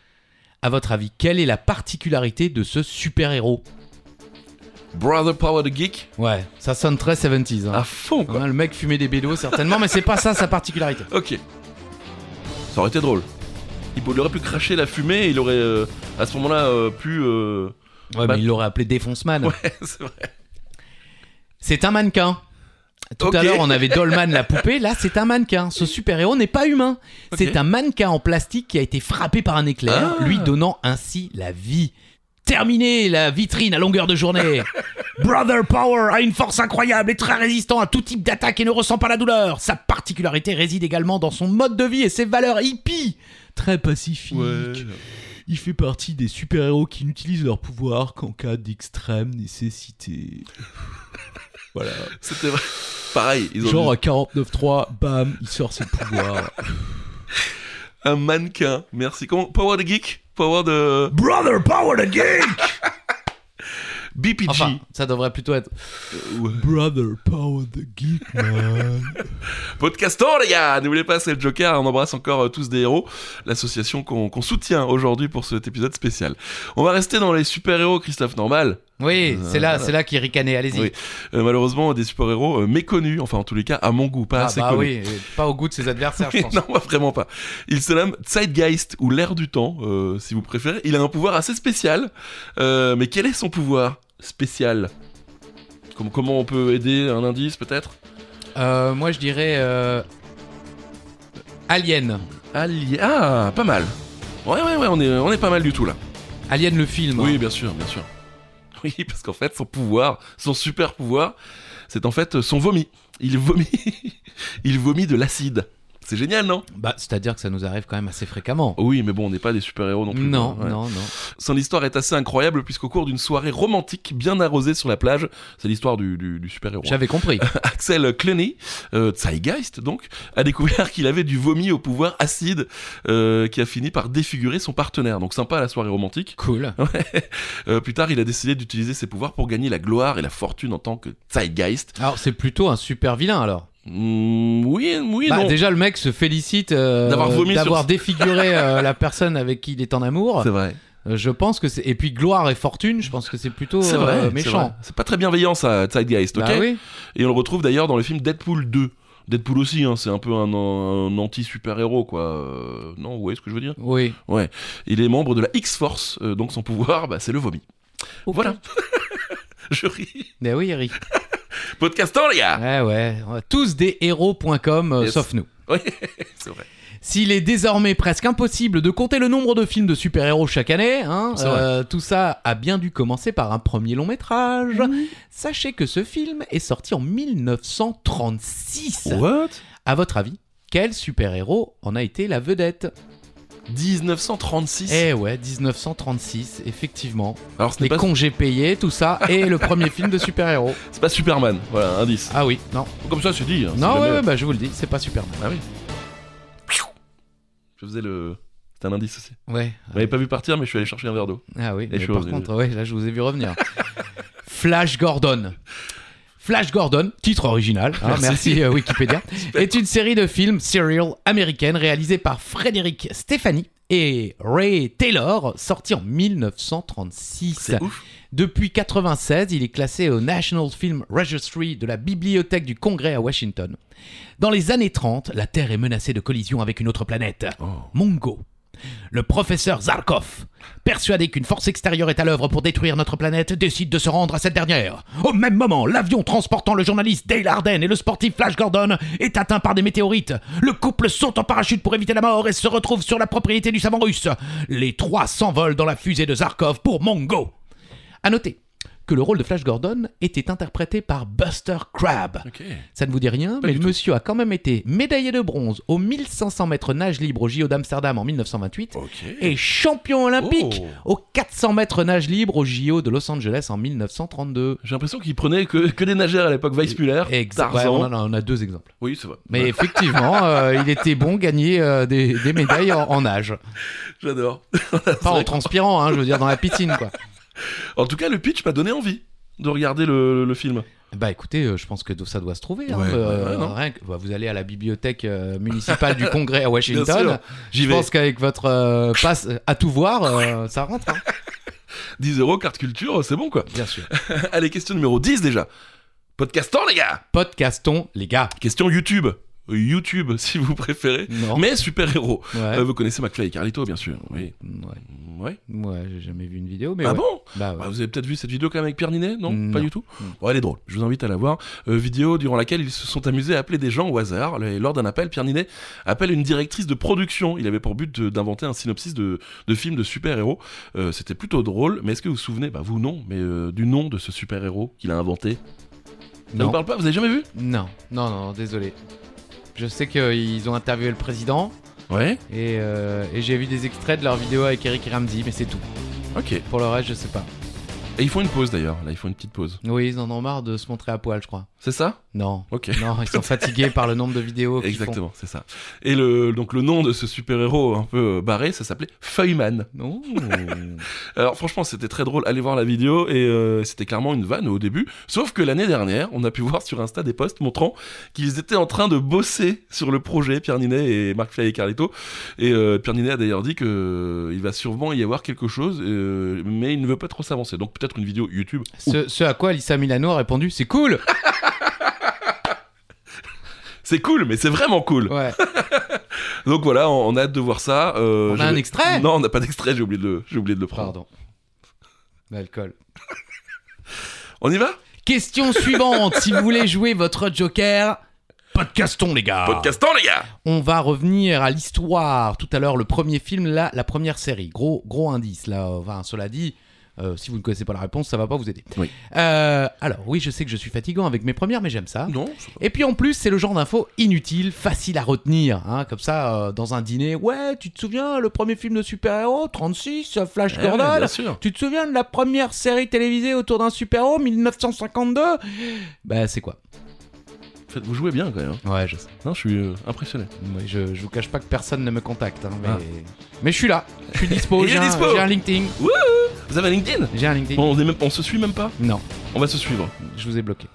S3: À votre avis, quelle est la particularité de ce super-héros
S1: Brother Power the Geek
S3: Ouais, ça sonne très 70s. hein.
S1: à fond, quoi.
S3: Hein, le mec fumait des bédos certainement, mais c'est pas ça sa particularité.
S1: Ok. Ça aurait été drôle. Il pou- il aurait pu cracher la fumée et il aurait euh, à ce moment-là euh, pu. euh,
S3: Ouais,
S1: Bah-
S3: mais il l'aurait appelé Défonceman.
S1: Ouais, c'est vrai.
S3: C'est un mannequin. Tout à
S1: Ok.
S3: l'heure, on avait Dolman la poupée. Là, c'est un mannequin. Ce super-héros n'est pas humain.
S1: Ok.
S3: C'est un mannequin en plastique qui a été frappé par un éclair,
S1: Ah.
S3: lui donnant ainsi la vie. Terminé la vitrine à longueur de journée. Brother Power a une force incroyable et très résistant à tout type d'attaque et ne ressent pas la douleur. Sa particularité réside également dans son mode de vie et ses valeurs hippies. Très pacifique. Il fait partie des super-héros qui n'utilisent leur pouvoir qu'en cas d'extrême nécessité. voilà.
S1: C'était vrai. Pareil, ils ont
S3: Genre à 49.3, bam, il sort ses pouvoirs. euh,
S1: un mannequin. Merci. Comment Power the Geek Power de
S2: Brother Power the Geek
S1: BPG.
S3: Enfin, ça devrait plutôt être
S1: Ouais.
S3: Brother Power the Geek Man.
S1: Podcastor, les gars N'oubliez pas, c'est le Joker. On embrasse encore euh, tous des héros, l'association qu'on qu'on soutient aujourd'hui pour cet épisode spécial. On va rester dans les super-héros, Christophe Normal.
S3: Oui, c'est là, c'est là qu'il ricanait. Allez-y.
S1: Euh, Oui. Euh, malheureusement, des super-héros euh, méconnus, enfin en tous les cas, à mon goût, pas
S3: Ah
S1: assez
S3: bah
S1: connus.
S3: oui, euh, pas au goût de ses adversaires, je pense.
S1: non, bah, vraiment pas. Il se nomme Zeitgeist, ou l'air du temps, euh, si vous préférez. Il a un pouvoir assez spécial. Euh, mais quel est son pouvoir spécial Comme- Comment on peut aider Un indice, peut-être
S3: Euh, moi, je dirais euh, Alien.
S1: Ali- Ah, pas mal. Ouais, ouais, ouais, on est, on est pas mal du tout, là.
S3: Alien le film.
S1: Oui, bien sûr, bien sûr. Oui, parce qu'en fait, son pouvoir, son super pouvoir, c'est en fait euh, son vomi. Il vomit, il vomit de l'acide. C'est génial, non
S3: Bah, c'est-à-dire que ça nous arrive quand même assez fréquemment.
S1: Oui, mais bon, on n'est pas des super-héros non plus. hein,
S3: non,
S1: Ouais.
S3: non, non.
S1: Son histoire est assez incroyable puisqu'au cours d'une soirée romantique bien arrosée sur la plage, c'est l'histoire du, du- du super-héros. hein.
S3: J'avais compris.
S1: Axel Clenny, euh, Zeitgeist donc, a découvert qu'il avait du vomi au pouvoir acide euh, qui a fini par défigurer son partenaire. Donc sympa la soirée romantique.
S3: Cool.
S1: Euh, plus tard, il a décidé d'utiliser ses pouvoirs pour gagner la gloire et la fortune en tant que Zeitgeist.
S3: Alors, c'est plutôt un super vilain alors.
S1: Mm, oui, oui,
S3: Bah,
S1: non.
S3: déjà, le mec se félicite euh,
S1: D'avoir vomi
S3: d'avoir
S1: sur-
S3: défiguré euh, la personne avec qui il est en amour.
S1: C'est vrai.
S3: Euh, Je pense que c'est et puis gloire et fortune. Je pense que c'est plutôt
S1: C'est
S3: euh,
S1: vrai. c'est vrai.
S3: méchant.
S1: C'est pas très bienveillant ça, Zeitgeist, ok
S3: Bah oui.
S1: Et on le retrouve d'ailleurs dans le film Deadpool 2. Deadpool aussi, hein, c'est un peu un, un anti-super-héros, quoi. Euh, non, vous voyez ce que je veux dire
S3: Oui.
S1: Il est membre de la X-Force, euh, donc son pouvoir, bah, c'est le vomi. Voilà. je ris.
S3: Bah oui, Eric.
S1: Podcastant, les gars
S3: Ouais, ouais. On a Tous des héros.com, euh,
S1: Ah. Yes.
S3: sauf nous.
S1: Oui, c'est vrai.
S3: S'il est désormais presque impossible de compter le nombre de films de super-héros chaque année, hein,
S1: C'est vrai.
S3: euh, tout ça a bien dû commencer par un premier long métrage.
S1: Mm.
S3: Sachez que ce film est sorti en 1936.
S1: What
S3: À votre avis, quel super-héros en a été la vedette
S1: 1936
S3: Eh ouais, 1936, effectivement.
S1: Alors, ce n'est
S3: Les
S1: pas,
S3: congés payés, tout ça, et le premier film de super-héros.
S1: c'est pas Superman, voilà, indice.
S3: Ah oui, non.
S1: Comme ça, c'est dit. hein, c'est
S3: Non,
S1: la
S3: ouais,
S1: même-
S3: ouais, bah je vous le dis, c'est pas Superman.
S1: Ah oui. Je faisais le. C'était un indice aussi.
S3: Ouais.
S1: Vous m'avez pas vu partir, mais je suis allé chercher un verre d'eau.
S3: Ah oui,
S1: Les
S3: mais
S1: choses,
S3: par contre, ouais, là je vous ai vu revenir. Flash Gordon. Flash Gordon, titre original, hein,
S1: Ah, Merci.
S3: merci, euh, Wikipédia, est une série de films serial américaine réalisée par Frédéric Stéphanie et Ray Taylor, sortie en 1936.
S1: C'est ouf.
S3: Depuis 1996, il est classé au National Film Registry de la Bibliothèque du Congrès à Washington. Dans les années 30, la Terre est menacée de collision avec une autre planète,
S1: Oh.
S3: Mongo. Le professeur Zarkov, persuadé qu'une force extérieure est à l'œuvre pour détruire notre planète, décide de se rendre à cette dernière. Au même moment, l'avion transportant le journaliste Dale Arden et le sportif Flash Gordon est atteint par des météorites. Le couple saute en parachute pour éviter la mort et se retrouve sur la propriété du savant russe. Les trois s'envolent dans la fusée de Zarkov pour Mongo. À noter que le rôle de Flash Gordon était interprété par Buster Crabbe.
S1: Ok.
S3: Ça ne vous dit rien, mais
S1: du
S3: le monsieur a quand même été médaillé de bronze aux 1500 mètres nage libre au JO d'Amsterdam en 1928
S1: Ok.
S3: et champion olympique
S1: Oh.
S3: aux 400 mètres nage libre au JO de Los Angeles en 1932.
S1: J'ai l'impression qu'il prenait que, que des nageurs à l'époque, Weissmuller,
S3: Exact- ouais, on,
S1: Tarzan.
S3: en a, on a deux exemples.
S1: Oui, c'est vrai.
S3: Mais effectivement, euh, il était bon gagner euh, des, des médailles en, en nage.
S1: J'adore.
S3: Pas en transpirant, hein, je veux dire, dans la piscine, quoi.
S1: En tout cas, le pitch m'a donné envie de regarder le, le film.
S3: Bah écoutez, euh, je pense que ça doit se trouver. hein,
S1: Ouais,
S3: euh,
S1: ouais, ouais, non
S3: rien que- bah, vous allez à la bibliothèque euh, municipale du Congrès à
S1: sûr,
S3: Washington.
S1: j'y
S3: Je
S1: vais.
S3: pense qu'avec votre euh, passe euh, à tout voir, euh, ça rentre. hein.
S1: 10 euros, carte culture, euh, c'est bon quoi.
S3: Bien sûr.
S1: Allez, question numéro 10 déjà. Podcastant, les gars
S3: Podcaston, les gars.
S1: Question YouTube. YouTube, si vous préférez.
S3: Non.
S1: Mais super-héros.
S3: Ouais.
S1: Euh, vous connaissez McFly et Carlito, bien sûr. Oui.
S3: ouais.
S1: Ouais.
S3: Ouais, j'ai jamais vu une vidéo, mais
S1: ah
S3: ouais.
S1: bon
S3: Bah ouais.
S1: Bah, Vous avez peut-être vu cette vidéo quand même avec Pierre Ninet non, Pas
S3: Mm, Non.
S1: du tout
S3: Non.
S1: Bon, Elle est drôle, je vous invite à la voir. Euh, vidéo durant laquelle ils se sont amusés à appeler des gens au hasard. Et lors d'un appel, Pierre Ninet appelle une directrice de production. Il avait pour but de- d'inventer un synopsis de, de film de super-héros. Euh, C'était plutôt drôle, mais est-ce que vous vous souvenez, bah vous non, mais euh, du nom de ce super-héros qu'il a inventé Ça vous
S3: Non.
S1: parle pas Vous avez jamais vu
S3: non, non, non, désolé. Je sais qu'ils ont interviewé le président
S1: Ouais,
S3: et, euh, et j'ai vu des extraits de leur vidéo avec Eric Ramsey, mais c'est tout.
S1: ok. Et
S3: Pour le reste, je sais pas.
S1: ils font une pause d'ailleurs, là ils font une petite pause.
S3: Oui, ils en ont marre de se montrer à poil, je crois.
S1: C'est ça
S3: Non.
S1: Ok.
S3: Non, ils sont fatigués par le nombre de vidéos qu'ils font.
S1: Exactement, c'est ça. Et le, donc le nom de ce super-héros un peu euh, barré, ça s'appelait Feuilleman.
S3: Non.
S1: Alors franchement, c'était très drôle. Allez voir la vidéo et euh, c'était clairement une vanne au début. Sauf que l'année dernière, on a pu voir sur Insta des posts montrant qu'ils étaient en train de bosser sur le projet. Pierre Ninet et Marc Fly et Carlito. Et euh, Pierre Ninet a d'ailleurs dit que euh, il va sûrement y avoir quelque chose, euh, mais il ne veut pas trop s'avancer. Donc peut-être une vidéo YouTube.
S3: ce, ce à quoi Lisa Milano a répondu, c'est cool.
S1: C'est cool, mais c'est vraiment cool.
S3: Ouais.
S1: Donc voilà, on, on a hâte de voir ça. Euh,
S3: On a
S1: je
S3: un
S1: vais-
S3: extrait
S1: Non, on n'a pas d'extrait. J'ai oublié de le, j'ai oublié de le prendre.
S3: Pardon. L'alcool.
S1: On y va
S3: Question suivante. si vous voulez jouer votre Joker, podcastons les gars.
S1: Podcastant les gars.
S3: On va revenir à l'histoire. Tout à l'heure, le premier film, là, la première série. Gros, gros indice, là. euh, Enfin, cela dit, euh, si vous ne connaissez pas la réponse, ça va pas vous aider.
S1: Oui.
S3: Euh, alors, oui, je sais que je suis fatigant avec mes premières, mais j'aime ça.
S1: Non. c'est pas-
S3: Et puis en plus, c'est le genre d'info inutile, facile à retenir. hein, comme ça, euh, dans un dîner, ouais, tu te souviens, le premier film de super-héros, 36, euh, Flash
S1: Eh ouais,
S3: Gordon
S1: bien sûr.
S3: Tu te souviens de la première série télévisée autour d'un super-héros, 1952 Bah, c'est quoi
S1: En fait, vous jouez bien quand même. hein.
S3: Ouais, je sais.
S1: Non, je suis euh, impressionné.
S3: Moi, je, je vous cache pas que personne ne me contacte. hein, mais...
S1: Ah.
S3: mais je suis là, je suis dispo,
S1: Il est
S3: j'ai un,
S1: dispo.
S3: j'ai un LinkedIn.
S1: Vous avez LinkedIn
S3: J'ai un LinkedIn.
S1: Bon, on, est même, on se suit même pas
S3: Non,
S1: On va se suivre.
S3: je vous ai bloqué.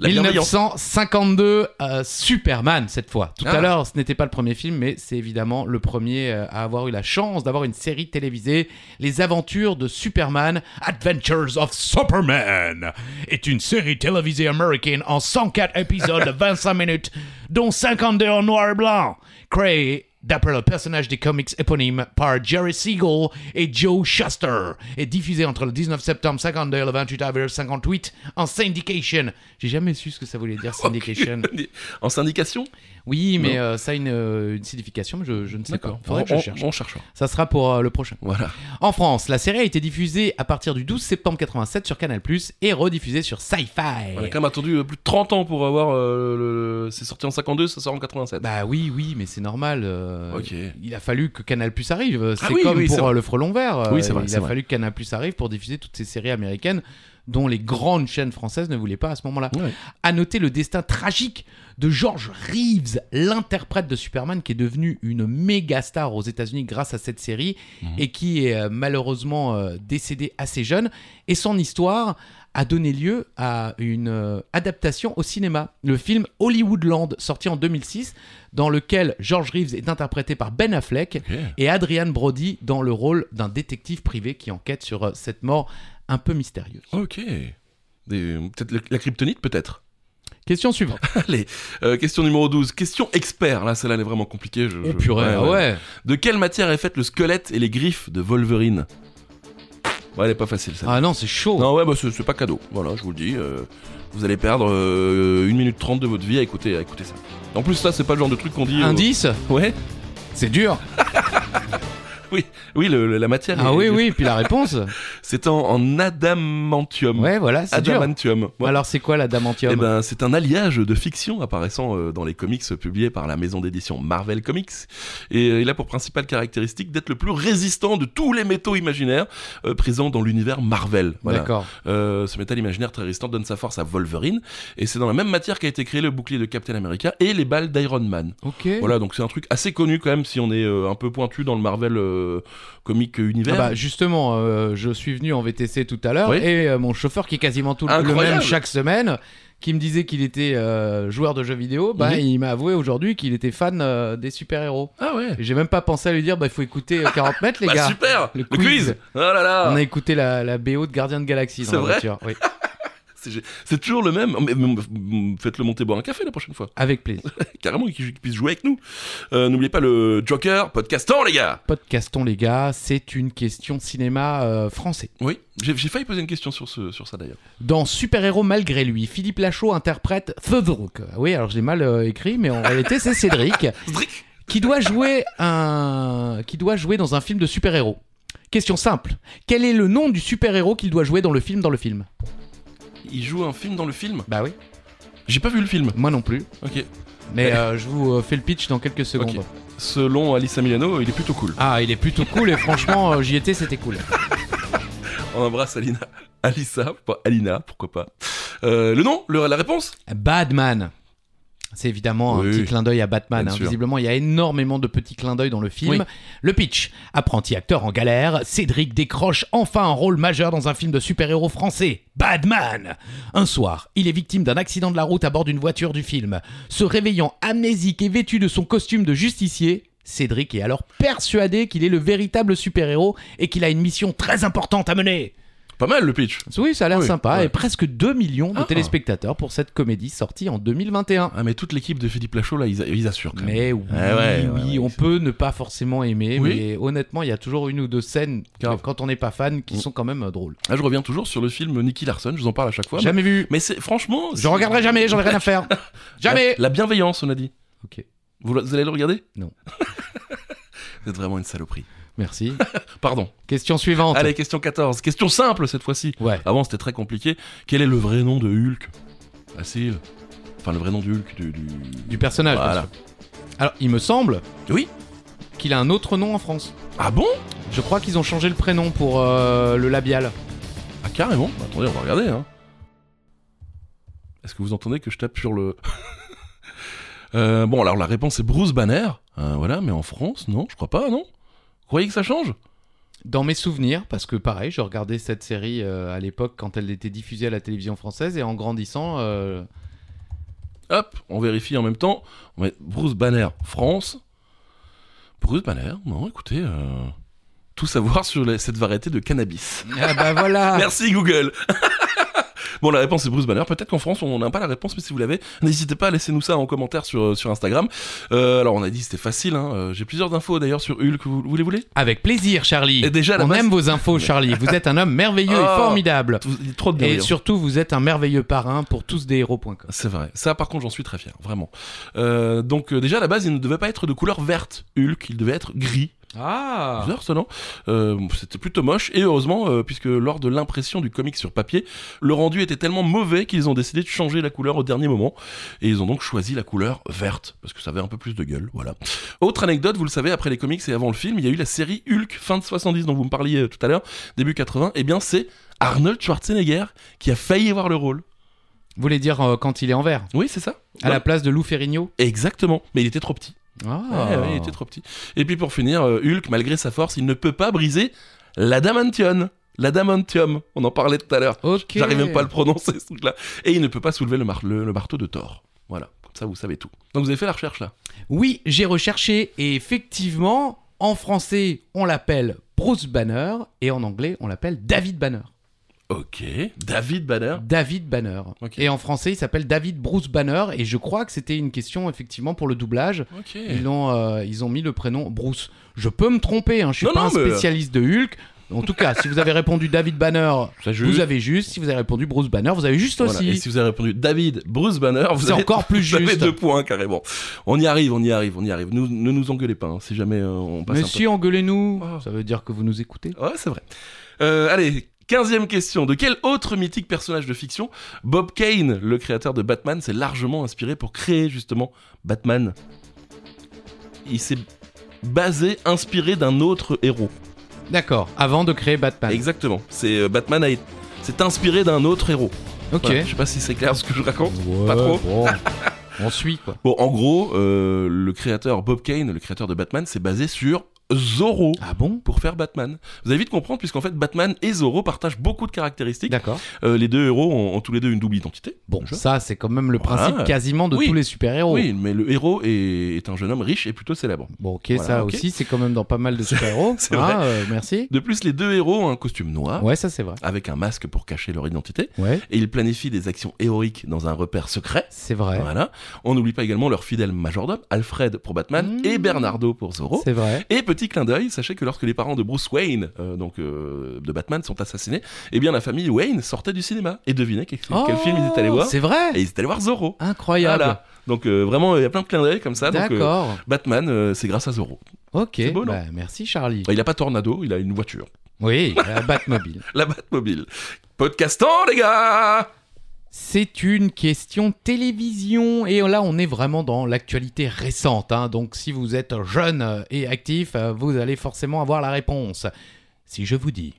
S1: La bienveillance.
S3: 1952, euh, Superman cette fois. Tout
S1: Ah.
S3: à l'heure, ce n'était pas le premier film, mais c'est évidemment le premier euh, à avoir eu la chance d'avoir une série télévisée. Les aventures de Superman, Adventures of Superman, est une série télévisée américaine en 104 épisodes de 25 minutes, dont 52 en noir et blanc, créée d'après le personnage des comics éponyme par Jerry Siegel et Joe Shuster, et diffusé entre le 19 septembre 52 et le 28 avril 58 en syndication. J'ai jamais su ce que ça voulait dire syndication.
S1: En syndication
S3: Oui, mais
S1: Non.
S3: euh, ça a une, euh, une signification, mais je, je ne sais pas. Faudrait
S1: on,
S3: que je
S1: on-
S3: cherche.
S1: on cherchera.
S3: Ça sera pour euh, le prochain.
S1: Voilà.
S3: En France, la série a été diffusée à partir du 12 septembre 87 sur Canal+, et rediffusée sur Sci-Fi.
S1: On a quand même attendu euh, plus de 30 ans pour avoir. euh, le- le- C'est sorti en 52, ça sort en 87.
S3: Bah oui, oui, mais c'est normal. euh,
S1: Ok. Ah
S3: Il a fallu que Canal Plus arrive. C'est
S1: oui,
S3: comme
S1: oui, c'est
S3: pour
S1: vrai.
S3: euh, le Frelon Vert. euh,
S1: Oui, c'est vrai,
S3: Il
S1: c'est
S3: a
S1: vrai.
S3: fallu que Canal Plus arrive pour diffuser toutes ces séries américaines dont les grandes chaînes françaises ne voulaient pas à ce moment-là.
S1: Ouais.
S3: À noter le destin tragique de George Reeves, l'interprète de Superman qui est devenu une méga star aux États-Unis grâce à cette série
S1: Mhm.
S3: et qui est euh, malheureusement euh, décédé assez jeune. Et son histoire a donné lieu à une euh, adaptation au cinéma. Le film Hollywoodland, sorti en 2006, dans lequel George Reeves est interprété par Ben Affleck
S1: Ok.
S3: et Adrian Brody dans le rôle d'un détective privé qui enquête sur euh, cette mort un peu mystérieuse.
S1: Ok. Des- Peut-être la, la kryptonite, peut-être
S3: Question suivante.
S1: Allez, euh, question numéro 12. Question expert. Là, celle-là, elle est vraiment compliquée. Je,
S3: Oh
S1: je-
S3: purée,
S1: ouais,
S3: ah
S1: ouais.
S3: ouais.
S1: De quelle matière est faite le squelette et les griffes de Wolverine Ouais, elle est pas facile, ça.
S3: Ah non, c'est chaud.
S1: Non, ouais, bah, c'est c'est pas cadeau. Voilà, je vous le dis. euh, vous allez perdre euh, 1 minute 30 de votre vie à écouter, à écouter ça. En plus, ça, c'est pas le genre de truc qu'on dit. euh,
S3: Indice,
S1: Ouais
S3: c'est dur.
S1: Oui, le- le- la matière.
S3: Ah
S1: est-
S3: oui, oui, puis la réponse.
S1: C'est en, en adamantium.
S3: Ouais, voilà, c'est dur.
S1: Adamantium. Ouais.
S3: Alors c'est quoi l'adamantium
S1: Ah, Eh ben, c'est un alliage de fiction apparaissant euh, dans les comics publiés par la maison d'édition Marvel Comics. Et euh, il a pour principale caractéristique d'être le plus résistant de tous les métaux imaginaires euh, présents dans l'univers Marvel. Voilà.
S3: D'accord.
S1: Euh, ce métal imaginaire très résistant donne sa force à Wolverine. Et c'est dans la même matière qu'a été créé le bouclier de Captain America et les balles d'Iron Man.
S3: Ok.
S1: Voilà, donc c'est un truc assez connu quand même si on est euh, un peu pointu dans le Marvel euh, comic
S3: Ah
S1: univers.
S3: bah, justement, euh, je suis venu en VTC tout à l'heure
S1: Oui.
S3: et euh, mon chauffeur qui est quasiment tout le- le
S1: Incroyable.
S3: même chaque semaine, qui me disait qu'il était euh, joueur de jeux vidéo, bah,
S1: Mhm.
S3: il m'a avoué aujourd'hui qu'il était fan euh, des super-héros.
S1: Ah ouais.
S3: Et J'ai même pas pensé à lui dire, bah il faut écouter euh, 40 mètres les
S1: Bah,
S3: gars.
S1: super.
S3: Le
S1: Le,
S3: quiz.
S1: quiz. Oh là là.
S3: On a écouté la, la BO de Gardien de Galaxie dans
S1: C'est
S3: la
S1: vrai
S3: voiture. Oui.
S1: C'est gé- C'est toujours le même. Mais- mais- mais- Faites-le monter boire un café la prochaine fois.
S3: Avec plaisir.
S1: Carrément, qu'il qu'il puisse jouer avec nous. Euh, N'oubliez pas le Joker, podcastant, les gars.
S3: Podcastons les gars, c'est une question cinéma euh, français.
S1: Oui, j'ai j'ai failli poser une question sur, ce, sur ça d'ailleurs.
S3: Dans Super Héros Malgré lui, Philippe Lachaud interprète Cédric. Oui, alors je l'ai mal euh, écrit, mais en réalité c'est Cédric
S1: Zdrick.
S3: qui doit jouer un qui doit jouer dans un film de super héros. Question simple quel est le nom du super héros qu'il doit jouer dans le film dans le film
S1: Il joue un film dans le film
S3: Bah oui.
S1: J'ai pas vu le film.
S3: Moi non plus.
S1: Ok.
S3: Mais euh, je vous euh, fais le pitch dans quelques secondes.
S1: Ok. Selon Alissa Milano, il est plutôt cool.
S3: Ah, il est plutôt cool et franchement, euh, j'y étais, c'était cool.
S1: On embrasse Alina. Alissa, pas Alina, pourquoi pas. Euh, le nom le- La réponse
S3: Batman. C'est évidemment un
S1: Oui,
S3: petit
S1: oui.
S3: clin d'œil à Batman.
S1: Bien
S3: hein.
S1: sûr.
S3: Visiblement, il y a énormément de petits clins d'œil dans le film.
S1: Oui.
S3: Le pitch. Apprenti acteur en galère, Cédric décroche enfin un rôle majeur dans un film de super-héros français, Batman. Un soir, il est victime d'un accident de la route à bord d'une voiture du film. Se réveillant amnésique et vêtu de son costume de justicier, Cédric est alors persuadé qu'il est le véritable super-héros et qu'il a une mission très importante à mener.
S1: Pas mal le pitch.
S3: Oui, ça a l'air
S1: Oui,
S3: sympa.
S1: ouais.
S3: Et presque 2 millions de
S1: Ah.
S3: téléspectateurs pour cette comédie sortie en 2021.
S1: Ah, mais toute l'équipe de Philippe Lachaud, là, ils, ils assurent quand même.
S3: Mais oui,
S1: Ouais, ouais,
S3: oui,
S1: ouais, ouais,
S3: on
S1: c'est-
S3: peut ne pas forcément aimer,
S1: Oui.
S3: mais honnêtement, il y a toujours une ou deux scènes
S1: Grave.
S3: quand on n'est pas fan qui
S1: Mm.
S3: sont quand même euh, drôles.
S1: Ah, je reviens toujours sur le film Nicky Larson, je vous en parle à chaque fois.
S3: jamais vu.
S1: Mais, mais c'est franchement.
S3: Je
S1: c'est-
S3: regarderai jamais, j'en ai rien à faire. jamais.
S1: La, la bienveillance, on a dit.
S3: Ok.
S1: Vous, vous allez le regarder
S3: Non.
S1: Vous êtes vraiment une saloperie.
S3: Merci.
S1: Pardon.
S3: Question suivante.
S1: Allez, question 14. Question simple cette fois-ci.
S3: Ouais.
S1: Avant, c'était très compliqué. Quel est le vrai nom de Hulk Facile. Enfin, le vrai nom du Hulk, du. du...
S3: Du personnage. bien
S1: Voilà.
S3: sûr. Alors, il me semble
S1: Oui.
S3: qu'il a un autre nom en France.
S1: Ah bon
S3: Je crois qu'ils ont changé le prénom pour euh, le labial.
S1: Ah, carrément. Bah, attendez, on va regarder. Hein. Est-ce que vous entendez que je tape sur le. Euh, bon, alors la réponse est Bruce Banner. Euh, voilà, mais en France, non, je crois pas, non Vous croyez que ça change
S3: Dans mes souvenirs, parce que pareil, je regardais cette série euh, à l'époque quand elle était diffusée à la télévision française et en grandissant, euh,
S1: Hop, on vérifie en même temps. On met Bruce Banner, France. Bruce Banner, non, écoutez, euh, tout savoir sur la- cette variété de cannabis.
S3: ah bah voilà.
S1: Merci Google. Bon, la réponse est Bruce Banner. Peut-être qu'en France, on n'a pas la réponse, mais si vous l'avez, n'hésitez pas à laisser nous ça en commentaire sur, euh, sur Instagram. Euh, alors, on a dit c'était facile. hein. Euh, J'ai plusieurs infos d'ailleurs sur Hulk. Vous, vous les voulez
S3: Avec plaisir, Charlie.
S1: Et déjà, à la
S3: on
S1: base-
S3: aime vos infos, Charlie. Vous êtes un homme merveilleux et
S1: Oh.
S3: formidable.
S1: Tout- il y a Trop de
S3: Et
S1: délire.
S3: surtout, vous êtes un merveilleux parrain pour tousdeshéros.com.
S1: C'est vrai. Ça, par contre, j'en suis très fier, vraiment. Euh, donc, euh, déjà, à la base, il ne devait pas être de couleur verte, Hulk. Il devait être gris.
S3: Ah
S1: Bizarre, ça, non Euh, C'était plutôt moche. Et heureusement, euh, puisque lors de l'impression du comic sur papier, le rendu était tellement mauvais qu'ils ont décidé de changer la couleur au dernier moment. Et ils ont donc choisi la couleur verte, parce que ça avait un peu plus de gueule. Voilà. Autre anecdote, vous le savez, après les comics et avant le film, il y a eu la série Hulk, fin de 70, dont vous me parliez euh, tout à l'heure, début 80. Eh bien, c'est Arnold Schwarzenegger qui a failli avoir le rôle.
S3: Vous voulez dire euh, quand il est en vert
S1: Oui, c'est ça
S3: À la place de Lou Ferrigno
S1: Exactement. Mais il était trop petit.
S3: Ah
S1: Ouais, ouais, il était trop petit. Et puis pour finir, euh, Hulk, malgré sa force, il ne peut pas briser l'adamantium. L'adamantium, on en parlait tout à l'heure.
S3: Ok.
S1: J'arrive même pas à le prononcer ce truc-là. Et il ne peut pas soulever le, mar- le- le marteau de Thor. Voilà, comme ça vous savez tout. Donc vous avez fait la recherche là.
S3: Oui, j'ai recherché et effectivement, en français, on l'appelle Bruce Banner et en anglais, on l'appelle David Banner.
S1: Ok. David Banner.
S3: David Banner.
S1: Ah. Ok.
S3: Et en français, il s'appelle David Bruce Banner. Et je crois que c'était une question, effectivement, pour le doublage.
S1: Ok.
S3: Ils ont, euh, ils ont mis le prénom Bruce. Je peux me tromper, hein, je suis
S1: Non,
S3: pas
S1: non,
S3: un
S1: mais-
S3: spécialiste de Hulk. En tout cas, si vous avez répondu David Banner,
S1: Ça joue.
S3: vous avez juste. Si vous avez répondu Bruce Banner, vous avez juste
S1: Voilà. Et
S3: aussi.
S1: si vous avez répondu David Bruce Banner, vous
S3: C'est
S1: avez
S3: encore plus
S1: Vous avez
S3: juste.
S1: deux points carrément. On y arrive, on y arrive, on y arrive. Nous, ne nous engueulez pas hein, si jamais euh, on passe un peu.
S3: Monsieur, engueulez-nous.
S1: Oh.
S3: Ça veut dire que vous nous écoutez.
S1: Ouais, c'est vrai. Euh, allez, quinzième question. De quel autre mythique personnage de fiction Bob Kane, le créateur de Batman, s'est largement inspiré pour créer justement Batman Il s'est basé, inspiré d'un autre héros.
S3: D'accord. Avant de créer Batman.
S1: Exactement. C'est euh, Batman a s'est inspiré d'un autre héros.
S3: ok.
S1: Voilà, je sais pas si c'est clair ce que je raconte.
S3: Ouais,
S1: Pas trop.
S3: bon. On suit quoi.
S1: Bon, en gros, euh, le créateur Bob Kane, le créateur de Batman, s'est basé sur Zorro
S3: Ah bon
S1: pour faire Batman. Vous allez vite comprendre puisqu'en fait Batman et Zorro partagent beaucoup de caractéristiques.
S3: D'accord.
S1: Euh, les deux héros ont, ont tous les deux une double identité.
S3: Bon,
S1: déjà.
S3: ça c'est quand même le principe
S1: Voilà.
S3: quasiment de
S1: Ah. Oui.
S3: tous les super-héros.
S1: Oui, mais le héros est, est un jeune homme riche et plutôt célèbre.
S3: Bon, ok,
S1: Voilà,
S3: ça
S1: ok.
S3: aussi c'est quand même dans pas mal de super-héros.
S1: c'est
S3: Ah,
S1: vrai. Ah.
S3: euh, merci.
S1: De plus, les deux héros ont un costume noir
S3: Ouais, ça c'est vrai.
S1: avec un masque pour cacher leur identité
S3: Ouais,
S1: et ils planifient des actions héroïques dans un repère secret.
S3: c'est vrai.
S1: Voilà. On n'oublie pas également leur fidèle majordome, Alfred pour Batman
S3: Mmh.
S1: et Bernardo pour Zorro.
S3: C'est vrai.
S1: Et petit clin d'œil, sachez que lorsque les parents de Bruce Wayne, euh, donc euh, de Batman, sont assassinés, eh bien la famille Wayne sortait du cinéma. Et devinez quel, quel
S3: Oh,
S1: film ils étaient allés voir
S3: C'est vrai.
S1: Et ils étaient allés voir Zorro.
S3: Incroyable.
S1: Voilà. Donc euh, vraiment, il y a plein de clins d'œil comme ça. Donc, euh,
S3: D'accord.
S1: Batman, euh, c'est grâce à Zorro.
S3: ok.
S1: beau, non
S3: Bah, merci Charlie.
S1: Il a pas de tornado, il a une voiture.
S3: Oui, la Batmobile.
S1: La Batmobile. Podcastant, les gars
S3: C'est une question télévision et là on est vraiment dans l'actualité récente. hein. Donc si vous êtes jeune euh, et actif, euh, vous allez forcément avoir la réponse. Si je vous dis,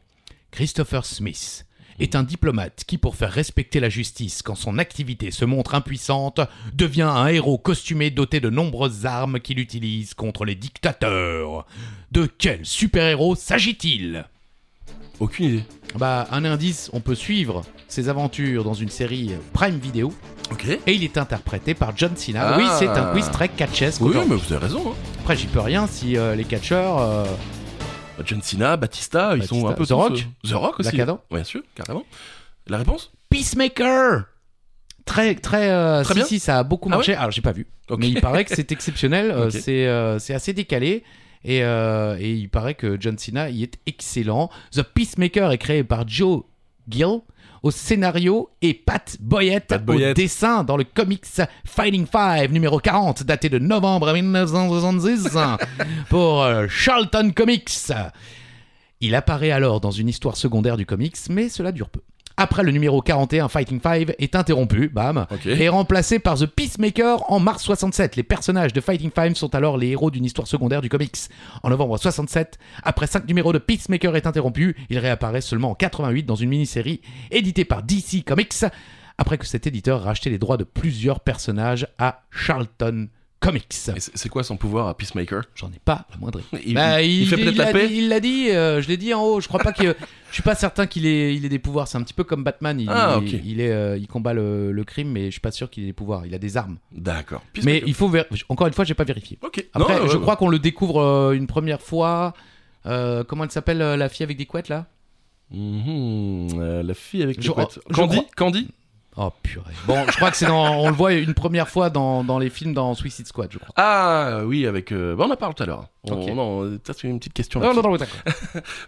S3: Christopher Smith est un diplomate qui, pour faire respecter la justice quand son activité se montre impuissante, devient un héros costumé doté de nombreuses armes qu'il utilise contre les dictateurs. De quel super-héros s'agit-il
S1: Aucune idée.
S3: Bah, un indice, on peut suivre ses aventures dans une série Prime Video
S1: Ok.
S3: et il est interprété par John Cena.
S1: Ah.
S3: Oui, c'est un quiz très catchesque.
S1: Oui,
S3: aujourd'hui.
S1: mais vous avez raison. hein.
S3: Après, j'y peux rien si euh, les catcheurs. euh,
S1: Bah, John Cena, Batista, ils sont
S3: Batista.
S1: un peu
S3: The
S1: tous,
S3: Rock
S1: euh, The Rock aussi.
S3: Black Adam
S1: Bien sûr, carrément. La réponse
S3: Peacemaker Très, très. euh,
S1: Très
S3: si,
S1: bien.
S3: si, ça a beaucoup
S1: Ah
S3: marché. Alors, j'ai pas vu.
S1: Ok.
S3: Mais il paraît que c'est exceptionnel. euh,
S1: Ok.
S3: C'est euh, c'est assez décalé. Et, euh, et il paraît que John Cena y est excellent. The Peacemaker est créé par Joe Gill au scénario et Pat Boyette
S1: Pat Boyette.
S3: au dessin dans le comics Fighting Five numéro 40 daté de novembre 1976 pour euh, Charlton Comics. Il apparaît alors dans une histoire secondaire du comics, mais cela dure peu. Après le numéro 41, Fighting Five est interrompu, bam,
S1: Ok.
S3: et remplacé par The Peacemaker en mars 67. Les personnages de Fighting Five sont alors les héros d'une histoire secondaire du comics. En novembre 67, après 5 numéros de Peacemaker est interrompu, il réapparaît seulement en 88 dans une mini-série éditée par DC Comics, après que cet éditeur rachetait les droits de plusieurs personnages à Charlton Comics.
S1: Et c'est c'est quoi son pouvoir à Peacemaker
S3: J'en ai pas la moindre
S1: il,
S3: bah,
S1: il- il fait peut-être la
S3: l'a
S1: paix
S3: dit- Il l'a dit, euh, je l'ai dit en haut. Je crois pas que. je suis pas certain qu'il ait, il ait des pouvoirs. C'est un petit peu comme Batman. Il,
S1: Ah, ok.
S3: il, est, euh, il combat le, le crime, mais je suis pas sûr qu'il ait des pouvoirs. Il a des armes.
S1: D'accord.
S3: Mais
S1: Peacemaker.
S3: il faut. ver- Encore une fois, j'ai pas vérifié.
S1: Ok.
S3: Après,
S1: Non, ouais,
S3: je
S1: ouais.
S3: crois qu'on le découvre euh, une première fois. Euh, comment elle s'appelle euh, la fille avec des couettes là
S1: Mhm, euh, la fille avec
S3: Je-
S1: les couettes.
S3: je
S1: Candy
S3: crois-
S1: Candy
S3: Oh purée. Bon, je crois que c'est dans. On le voit une première fois dans, dans les films dans Suicide Squad, je crois.
S1: Ah oui, avec. euh, bah, on en parle tout à l'heure. On,
S3: Ok.
S1: on en- euh, peut-être une petite question.
S3: Non,
S1: là-dessus.
S3: non, non, d'accord.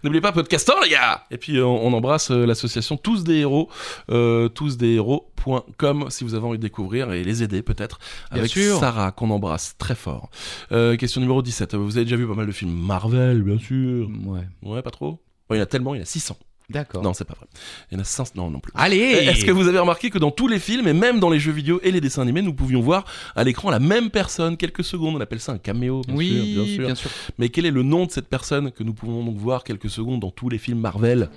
S1: N'oubliez pas podcastant les gars. Et puis euh, on embrasse euh, l'association Tous des héros, euh, tousdeshéros.com si vous avez envie de découvrir et les aider peut-être
S3: Bien
S1: avec
S3: sûr.
S1: Sarah qu'on embrasse très fort. Euh, question numéro 17. Vous avez déjà vu pas mal de films Marvel, bien sûr.
S3: Hum, Ouais.
S1: Ouais, pas trop. Oh, il y en a tellement, il y en a 600.
S3: D'accord.
S1: Non, c'est pas vrai. Il y en a 500. Non, non plus. Eh,
S3: Allez.
S1: Est-ce que vous avez remarqué que dans tous les films, et même dans les jeux vidéo et les dessins animés, nous pouvions voir à l'écran la même personne quelques secondes On appelle ça un caméo, bien
S3: Oui,
S1: sûr, bien sûr.
S3: bien sûr.
S1: Mais quel est le nom de cette personne que nous pouvons donc voir quelques secondes dans tous les films Marvel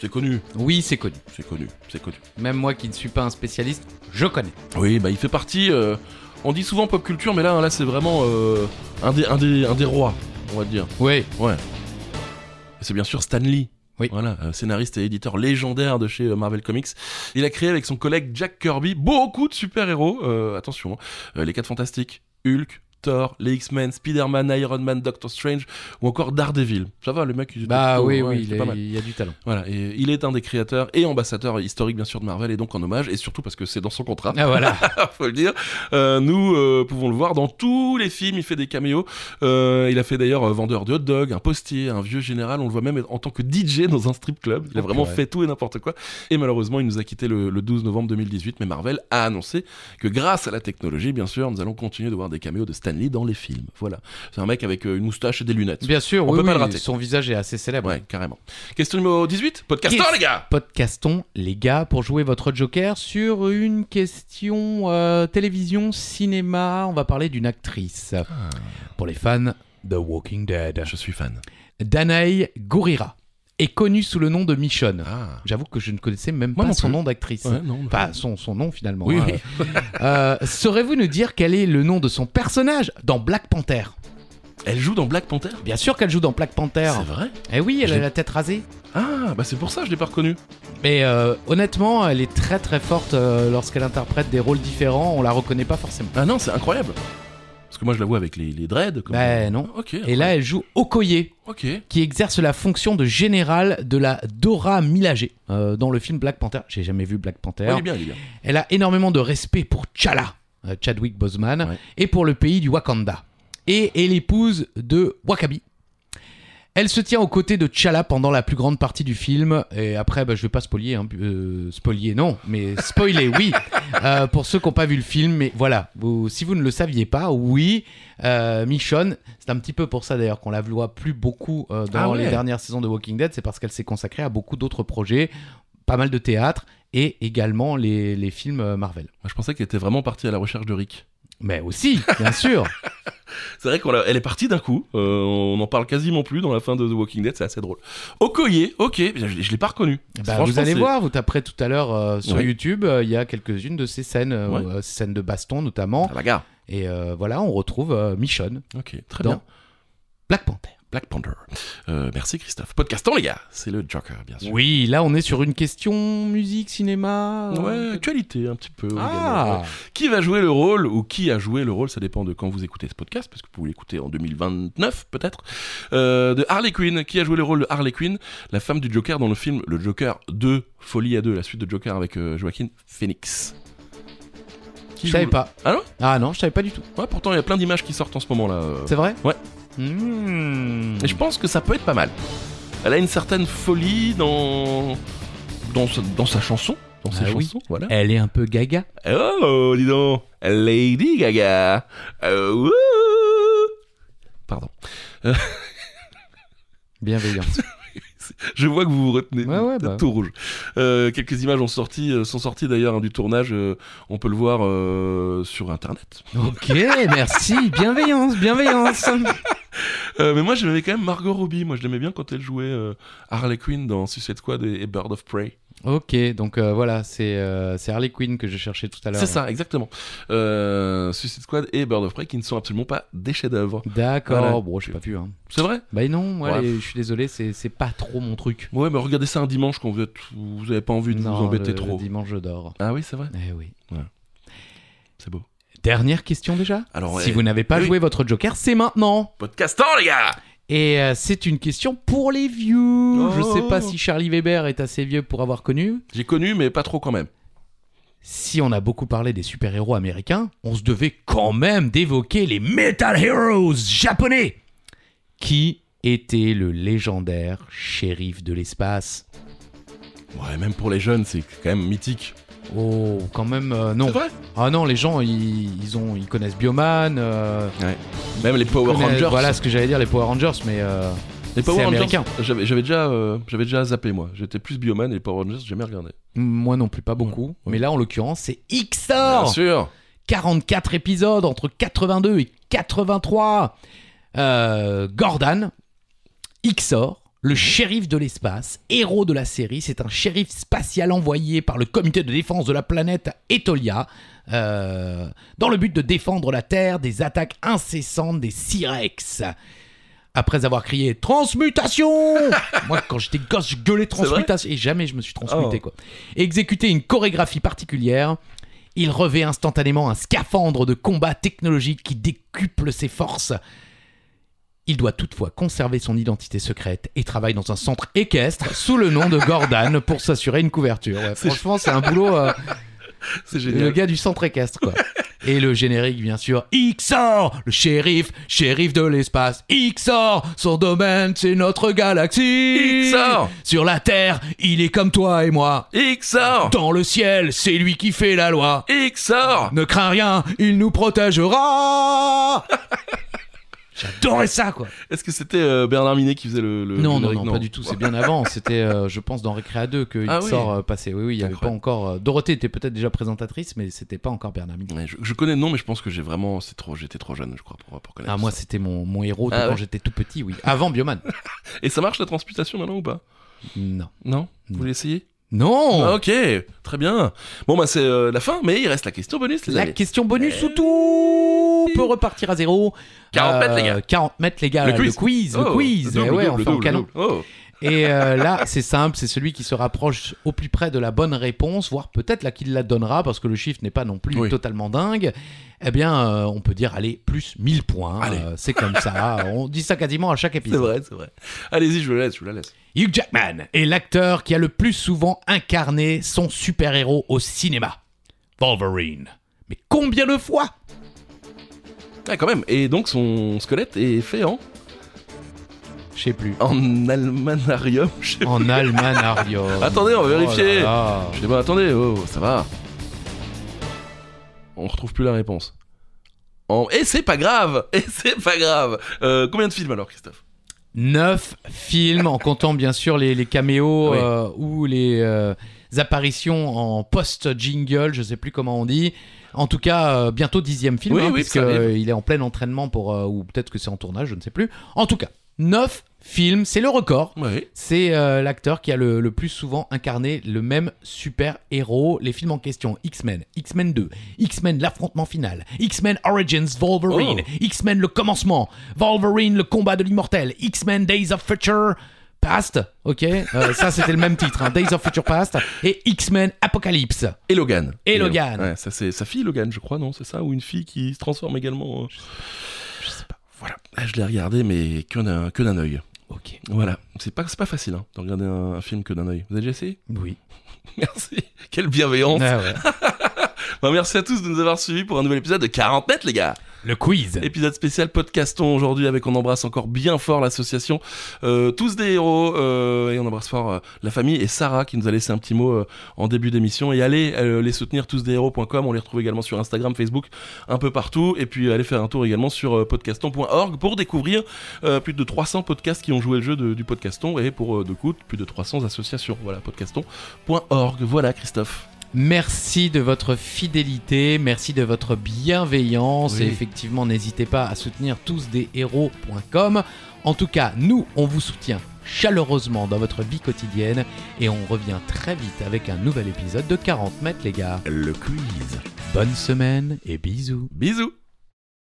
S1: C'est connu,
S3: Oui, c'est connu.
S1: c'est connu, c'est connu.
S3: Même moi qui ne suis pas un spécialiste, je connais.
S1: Oui, bah il fait partie. euh, on dit souvent pop culture, mais là, là c'est vraiment euh, un, des, un, des, un des rois, on va dire.
S3: Oui.
S1: Et C'est bien sûr Stan Lee.
S3: Oui.
S1: Voilà, euh, scénariste et éditeur légendaire de chez euh, Marvel Comics. Il a créé avec son collègue Jack Kirby beaucoup de super-héros. Euh, attention, hein. Euh, les 4 Fantastiques, Hulk, Thor, les X-Men, Spider-Man, Iron Man, Doctor Strange ou encore Daredevil. Ça va, le mec, il était
S3: Bah
S1: plutôt-
S3: oui,
S1: ouais,
S3: oui,
S1: il
S3: il,
S1: était
S3: est-
S1: pas mal.
S3: il y a du talent.
S1: Voilà, et il est un des créateurs et ambassadeur historique bien sûr de Marvel et donc en hommage et surtout parce que c'est dans son contrat,
S3: Ah voilà.
S1: faut le dire. Euh, nous euh, pouvons le voir dans tous les films, il fait des caméos. Euh, il a fait d'ailleurs euh, vendeur de hot dog, un postier, un vieux général. On le voit même en tant que DJ dans un strip club. Il a
S3: Oh,
S1: vraiment
S3: purée.
S1: fait tout et n'importe quoi. Et malheureusement, il nous a quitté le, le 12 novembre 2018. Mais Marvel a annoncé que grâce à la technologie, bien sûr, nous allons continuer de voir des caméos de Stanley dans les films. Voilà, c'est un mec avec euh, une moustache et des lunettes.
S3: Bien sûr,
S1: On
S3: oui,
S1: peut pas
S3: oui,
S1: le rater.
S3: son visage est assez célèbre.
S1: Ouais, carrément. Question numéro 18, podcastor
S3: Qu'est-ce-
S1: les gars.
S3: Podcastons, les gars, pour jouer votre Joker sur une question euh, télévision, cinéma. On va parler d'une actrice.
S1: Ah.
S3: Pour les fans de Walking Dead,
S1: Je suis fan.
S3: Danae Gurira est connue sous le nom de Michonne.
S1: Ah. Bah,
S3: J'avoue que je ne connaissais même
S1: Moi
S3: pas
S1: non
S3: son
S1: plus.
S3: nom d'actrice.
S1: Ouais, non, mais-
S3: Enfin, son, son nom finalement.
S1: Oui,
S3: hein.
S1: oui.
S3: Euh, Saurez-vous nous dire quel est le nom de son personnage dans Black Panther
S1: Elle joue dans Black Panther
S3: Bien sûr qu'elle joue dans Black Panther.
S1: C'est vrai
S3: Eh oui, elle
S1: Je
S3: a
S1: l'ai-
S3: la tête rasée.
S1: Ah, bah c'est pour ça que je l'ai pas reconnue.
S3: Mais euh, honnêtement, elle est très très forte euh, lorsqu'elle interprète des rôles différents. On la reconnaît pas forcément.
S1: Ah non, c'est incroyable. Parce que moi je la vois avec les, les dreads. Comme...
S3: Ben non.
S1: Ok.
S3: Et là, elle joue Okoye,
S1: Ok.
S3: qui exerce la fonction de générale de la Dora Milaje euh, dans le film Black Panther. J'ai jamais vu Black Panther.
S1: Ouais, il est bien, il est bien.
S3: Elle a énormément de respect pour T'Challa, euh, Chadwick Boseman,
S1: Ouais.
S3: et pour le pays du Wakanda. Et est l'épouse de Wakabi. Elle se tient aux côtés de T'Challa pendant la plus grande partie du film. Et après, bah, je vais pas spoiler, hein, euh, spoiler non, mais spoiler, oui. Euh, pour ceux qui n'ont pas vu le film, mais voilà. Vous- si vous ne le saviez pas, oui, euh, Michonne, c'est un petit peu pour ça d'ailleurs qu'on la voit plus beaucoup euh, dans
S1: Ah ouais.
S3: les dernières saisons de Walking Dead. C'est parce qu'elle s'est consacrée à beaucoup d'autres projets, pas mal de théâtre et également les, les films euh, Marvel.
S1: Moi, je pensais qu'elle était vraiment partie à la recherche de Rick.
S3: Mais aussi, bien sûr.
S1: C'est vrai qu'elle est partie d'un coup. Euh, on en parle quasiment plus dans la fin de The Walking Dead, c'est assez drôle. Okoye, ok, je, je l'ai pas reconnue.
S3: Bah,
S1: Franchement,
S3: vous allez
S1: c'est-
S3: voir, vous taperez tout à l'heure euh, sur
S1: Ouais.
S3: YouTube, euh, il y a quelques-unes de ces scènes, euh,
S1: Ouais.
S3: euh, ces scènes de baston notamment.
S1: À la gare.
S3: Et euh, voilà, on retrouve euh, Michonne
S1: Ok, très
S3: dans
S1: bien.
S3: Black Panther.
S1: Black Panther. Euh, merci Christophe. Podcastant les gars, c'est le Joker, bien sûr.
S3: Oui, là on est sur une question musique, cinéma.
S1: Ouais,
S3: euh,
S1: actualité un petit peu. également.
S3: Ah,
S1: Qui va jouer le rôle ou qui a joué le rôle, ça dépend de quand vous écoutez ce podcast, parce que vous pouvez l'écouter en 2029 peut-être, euh, de Harley Quinn. Qui a joué le rôle de Harley Quinn, la femme du Joker dans le film Le Joker 2, Folie à 2, la suite de Joker avec euh, Joaquin Phoenix.
S3: je savais
S1: joue-
S3: pas.
S1: Ah non
S3: Ah non, je savais pas du tout.
S1: Ouais, pourtant il y a plein d'images qui sortent en ce moment là. euh.
S3: C'est vrai
S1: Ouais.
S3: Mmh.
S1: Et je pense que ça peut être pas mal. Elle a une certaine folie dans, dans, sa- dans sa chanson. Dans ses
S3: Ah oui.
S1: chansons, voilà.
S3: Elle est un peu gaga.
S1: Oh, dis donc Lady Gaga Euh, wouh. Pardon.
S3: Bienveillante.
S1: Je vois que vous vous retenez.
S3: Ouais, ouais,
S1: Vous êtes
S3: bah.
S1: Tout rouge. Euh, quelques images ont sorti, euh, sont sorties d'ailleurs hein, du tournage. euh, on peut le voir euh, sur Internet.
S3: ok, merci. Bienveillance, bienveillance.
S1: Euh, mais moi, j'aimais quand même Margot Robbie. Moi, je l'aimais bien quand elle jouait euh, Harley Quinn dans Suicide Squad et, et Bird of Prey.
S3: Ok, donc euh, voilà, c'est euh, c'est Harley Quinn que je cherchais tout à l'heure.
S1: C'est ça, exactement. Euh, Suicide Squad et Bird of Prey qui ne sont absolument pas des chefs-d'œuvre.
S3: D'accord,
S1: Voilà.
S3: bon, j'ai pas vu. Hein.
S1: C'est vrai
S3: Bah non, moi,
S1: Ouais.
S3: les- je suis désolé, c'est c'est pas trop mon truc.
S1: Ouais, mais regardez ça un dimanche quand vous êtes, vous avez pas envie de
S3: Non,
S1: vous embêter
S3: le-
S1: trop.
S3: le dimanche, je dors.
S1: Ah oui, c'est vrai.
S3: Eh oui.
S1: C'est beau.
S3: Dernière question déjà
S1: Alors,
S3: Si
S1: eh,
S3: vous n'avez pas
S1: oui.
S3: joué votre Joker, c'est maintenant
S1: Podcastant, les gars
S3: Et euh, c'est une question pour les vieux Je sais
S1: Oh.
S3: pas si Charlie Weber est assez vieux pour avoir connu.
S1: J'ai connu, mais pas trop quand même.
S3: Si on a beaucoup parlé des super-héros américains, on se devait quand même d'évoquer les Metal Heroes japonais Qui était le légendaire shérif de l'espace
S1: Ouais, même pour les jeunes, c'est quand même mythique.
S3: Oh, quand même, euh, non.
S1: C'est vrai
S3: Ah non, les gens, ils, ils ont, ils connaissent Bioman. euh,
S1: Même les Power
S3: connaissent-
S1: Rangers.
S3: Voilà ce que j'allais dire, les Power Rangers, mais. euh,
S1: les Power
S3: c'est
S1: Rangers.
S3: américain.
S1: J'avais j'avais déjà, euh, j'avais déjà zappé moi. J'étais plus Bioman et les Power Rangers, j'ai jamais regardé.
S3: Moi non plus, pas beaucoup. Mais là, en l'occurrence, c'est
S1: Bien
S3: XOR
S1: sûr.
S3: 44 épisodes entre 82 et 83. Euh, Gordon, XOR,
S1: Mhm.
S3: le shérif de l'espace, héros de la série, c'est un shérif spatial envoyé par le comité de défense de la planète Etolia euh, dans le but de défendre la Terre des attaques incessantes des Cyrex. Après avoir crié Transmutation Moi, quand j'étais gosse, je gueulais
S1: C'est vrai
S3: Transmutation et jamais je me suis transmuté.
S1: Oh.
S3: Quoi. Exécuter une chorégraphie particulière, Il revêt instantanément un scaphandre de combat technologique qui décuple ses forces. Il doit toutefois conserver son identité secrète et travaille dans un centre équestre sous le nom de Gordon pour s'assurer une couverture. Ouais, franchement, c'est un boulot. euh,
S1: C'est
S3: le
S1: génial.
S3: gars du centre équestre, quoi. Et le générique, bien sûr. XOR, le shérif, shérif de l'espace. XOR, son domaine, c'est notre galaxie.
S1: XOR.
S3: Sur la Terre, il est comme toi et moi.
S1: XOR
S3: Dans le ciel, c'est lui qui fait la loi.
S1: XOR
S3: Ne crains rien, il nous protégera. J'adorais ça, quoi.
S1: Est-ce que c'était euh, Bernard Minet qui faisait le. le
S3: Non, non,
S1: générique
S3: non, pas du tout. C'est bien avant. C'était, euh, je pense, dans Récréa 2 que
S1: Ah
S3: XOR
S1: oui.
S3: euh, passait. Oui, oui, il n'y avait pas
S1: Incroyable.
S3: encore. euh, Dorothée était peut-être déjà présentatrice, mais c'était pas encore Bernard Minet.
S1: Ouais, Je, je connais le nom, mais je pense que j'ai vraiment. c'est trop, J'étais trop jeune, je crois, pour, pour connaître.
S3: Ah, moi,
S1: ça.
S3: c'était mon, mon héros de
S1: Ah
S3: quand
S1: ouais.
S3: j'étais tout petit, oui. Avant Bioman.
S1: Et ça marche la transmutation maintenant ou pas
S3: Non.
S1: Non Vous
S3: Non.
S1: voulez essayer
S3: Non
S1: Ah, Ok, très bien. Bon, bah, c'est euh, la fin, mais il reste la question bonus, les
S3: La
S1: amis.
S3: question bonus
S1: Euh.
S3: ou tout peut repartir à zéro.
S1: 40 mètres, les gars.
S3: 40 mètres, les gars.
S1: Le
S3: Le
S1: quiz.
S3: quiz. Le quiz.
S1: Oh, le double,
S3: Eh ouais,
S1: le
S3: on
S1: double,
S3: fait en
S1: double,
S3: canon.
S1: double. Oh.
S3: Et euh, là, c'est simple, c'est celui qui se rapproche au plus près de la bonne réponse, voire peut-être là qui la donnera, parce que le chiffre n'est pas non plus
S1: Oui.
S3: totalement dingue. Eh bien, euh, on peut dire, allez, plus 1000 points.
S1: Allez.
S3: Euh, c'est comme ça. on dit ça quasiment à chaque
S1: C'est
S3: épisode.
S1: vrai, c'est vrai. Allez-y, je vous la laisse, je vous la laisse.
S3: Hugh Jackman est l'acteur qui a le plus souvent incarné son super-héros au cinéma. Wolverine. Mais combien de fois
S1: Ah, quand même. Et donc, son squelette est fait en,
S3: Je sais plus.
S1: en almanarium. Je sais
S3: En almanarium.
S1: Attendez, on va vérifier.
S3: Oh là là.
S1: Je sais pas, attendez, oh, ça va. On retrouve plus la réponse. En- Et c'est pas grave Et c'est pas grave Euh, Combien de films alors, Christophe
S3: Neuf films, en comptant bien sûr les, les caméos
S1: Oui.
S3: euh, ou les euh, apparitions en post-jingle, je sais plus comment on dit. En tout cas, euh, bientôt dixième film,
S1: Oui,
S3: hein,
S1: oui,
S3: puisque,
S1: ça arrive.
S3: euh, il est en plein entraînement pour, euh, ou peut-être que c'est en tournage, je ne sais plus. En tout cas, neuf films, c'est le record.
S1: Oui.
S3: C'est euh, l'acteur qui a le, le plus souvent incarné le même super-héros. Les films en question X-Men, X-Men 2, X-Men l'affrontement final, X-Men Origins Wolverine,
S1: Oh.
S3: X-Men le commencement, Wolverine le combat de l'immortel, X-Men Days of Future Past, ok Euh, Ça c'était le même titre, hein, Days of Future Past, et X-Men Apocalypse.
S1: Et Logan.
S3: Et Logan.
S1: Ouais, ça c'est sa fille Logan, je crois, non C'est ça Ou une fille qui se transforme également euh, Je sais pas. Voilà. Ah, Je l'ai regardé, mais que d'un que d'un œil.
S3: Ok.
S1: Voilà. C'est pas, c'est pas facile hein, de regarder un, un film que d'un œil. Vous avez déjà essayé
S3: Oui.
S1: Merci. Quelle bienveillance.
S3: Ah ouais.
S1: Bah, merci à tous de nous avoir suivis pour un nouvel épisode de 40 mètres, les gars.
S3: Le quiz.
S1: Épisode spécial podcaston aujourd'hui avec on embrasse encore bien fort l'association euh, Tous des héros euh, et on embrasse fort euh, la famille et Sarah qui nous a laissé un petit mot euh, en début d'émission et allez euh, les soutenir tousdeshéros.com on les retrouve également sur Instagram, Facebook, un peu partout et puis allez faire un tour également sur euh, podcaston.org pour découvrir euh, plus de 300 podcasts qui ont joué le jeu de- du podcaston et pour euh, de coût plus de 300 associations. Voilà podcaston.org. Voilà Christophe.
S3: Merci de votre fidélité, merci de votre bienveillance
S1: Oui.
S3: et effectivement n'hésitez pas à soutenir tousdeshéros.com. En tout cas, nous, on vous soutient chaleureusement dans votre vie quotidienne et on revient très vite avec un nouvel épisode de 40 mètres les gars.
S2: Le quiz.
S3: Bonne semaine et bisous.
S1: Bisous.